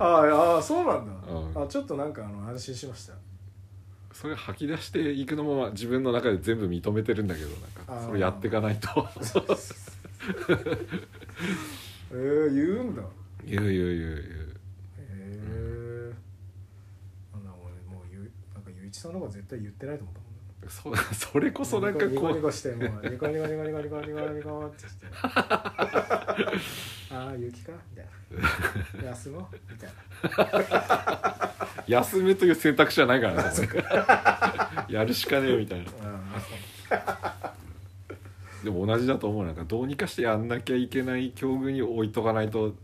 Speaker 1: ああそうなんだ、
Speaker 2: うん
Speaker 1: あちょっとなんかあの安心しました
Speaker 2: それ吐き出していくのもまあ自分の中で全部認めてるんだけど
Speaker 1: あ
Speaker 2: なん
Speaker 1: ー
Speaker 2: かそれやっていかないと
Speaker 1: (laughs) えー、言うんだへ
Speaker 2: 言う言う言う
Speaker 1: えなんだ俺もうゆなんかゆういちさんの方が絶対言ってないと思ったもん
Speaker 2: 言うそそれこそなんか
Speaker 1: ニコ
Speaker 2: こ
Speaker 1: ニ
Speaker 2: う
Speaker 1: コしてもうニコニコニコニコニコニコニコってしてああ雪かみたいな休もうみたい
Speaker 2: 休むという選択肢はないからね (laughs) やるしかねえみたいな
Speaker 1: な、
Speaker 2: でも同じだと思うなんかどうにかしてやんなきゃいけない境遇に置いとかないと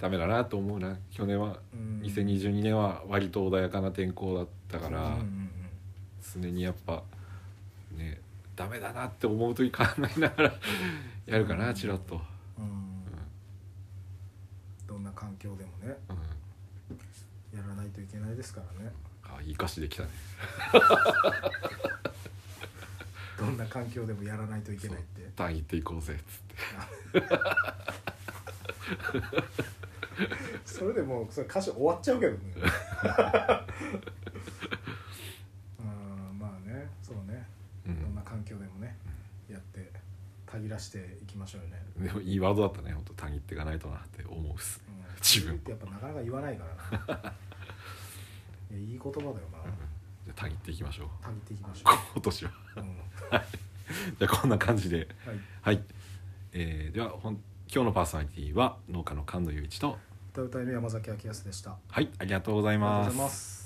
Speaker 2: ダメだなと思うな去年は
Speaker 1: うん、
Speaker 2: 2022年は割と穏やかな天候だったから、
Speaker 1: うんうんうん
Speaker 2: 常にやっぱねダメだなって思う時考えながら (laughs) やるかなチラッと、
Speaker 1: うんどんな環境でもね
Speaker 2: うん、
Speaker 1: やらないといけないですからね
Speaker 2: あいい歌詞できたね
Speaker 1: どんな環境でもやらないといけないって
Speaker 2: 単位っていこうぜっつって
Speaker 1: それでもうそれ歌詞終わっちゃうけ
Speaker 2: (laughs)
Speaker 1: どねうんまあねそうね
Speaker 2: う
Speaker 1: どんなん環境でもねやってたぎらしていきましょうよね、
Speaker 2: でもいいワードだったね本当単位っていかないとなって思うっす
Speaker 1: うん、
Speaker 2: 自分
Speaker 1: ってやっぱなかなか言わないからな
Speaker 2: (laughs)
Speaker 1: いやいい言葉だよ
Speaker 2: うん
Speaker 1: な
Speaker 2: じゃあ単位っていきましょう (laughs)
Speaker 1: たぎっていきましょ
Speaker 2: 今年は (laughs)
Speaker 1: う、うん、
Speaker 2: じゃあこんな感じで
Speaker 1: はい
Speaker 2: はい、えーではほん今日のパーソナリティは農家の菅野雄一と
Speaker 1: 歌うたいの山崎明康でしたあ
Speaker 2: はいありがとうご
Speaker 1: りがとうございます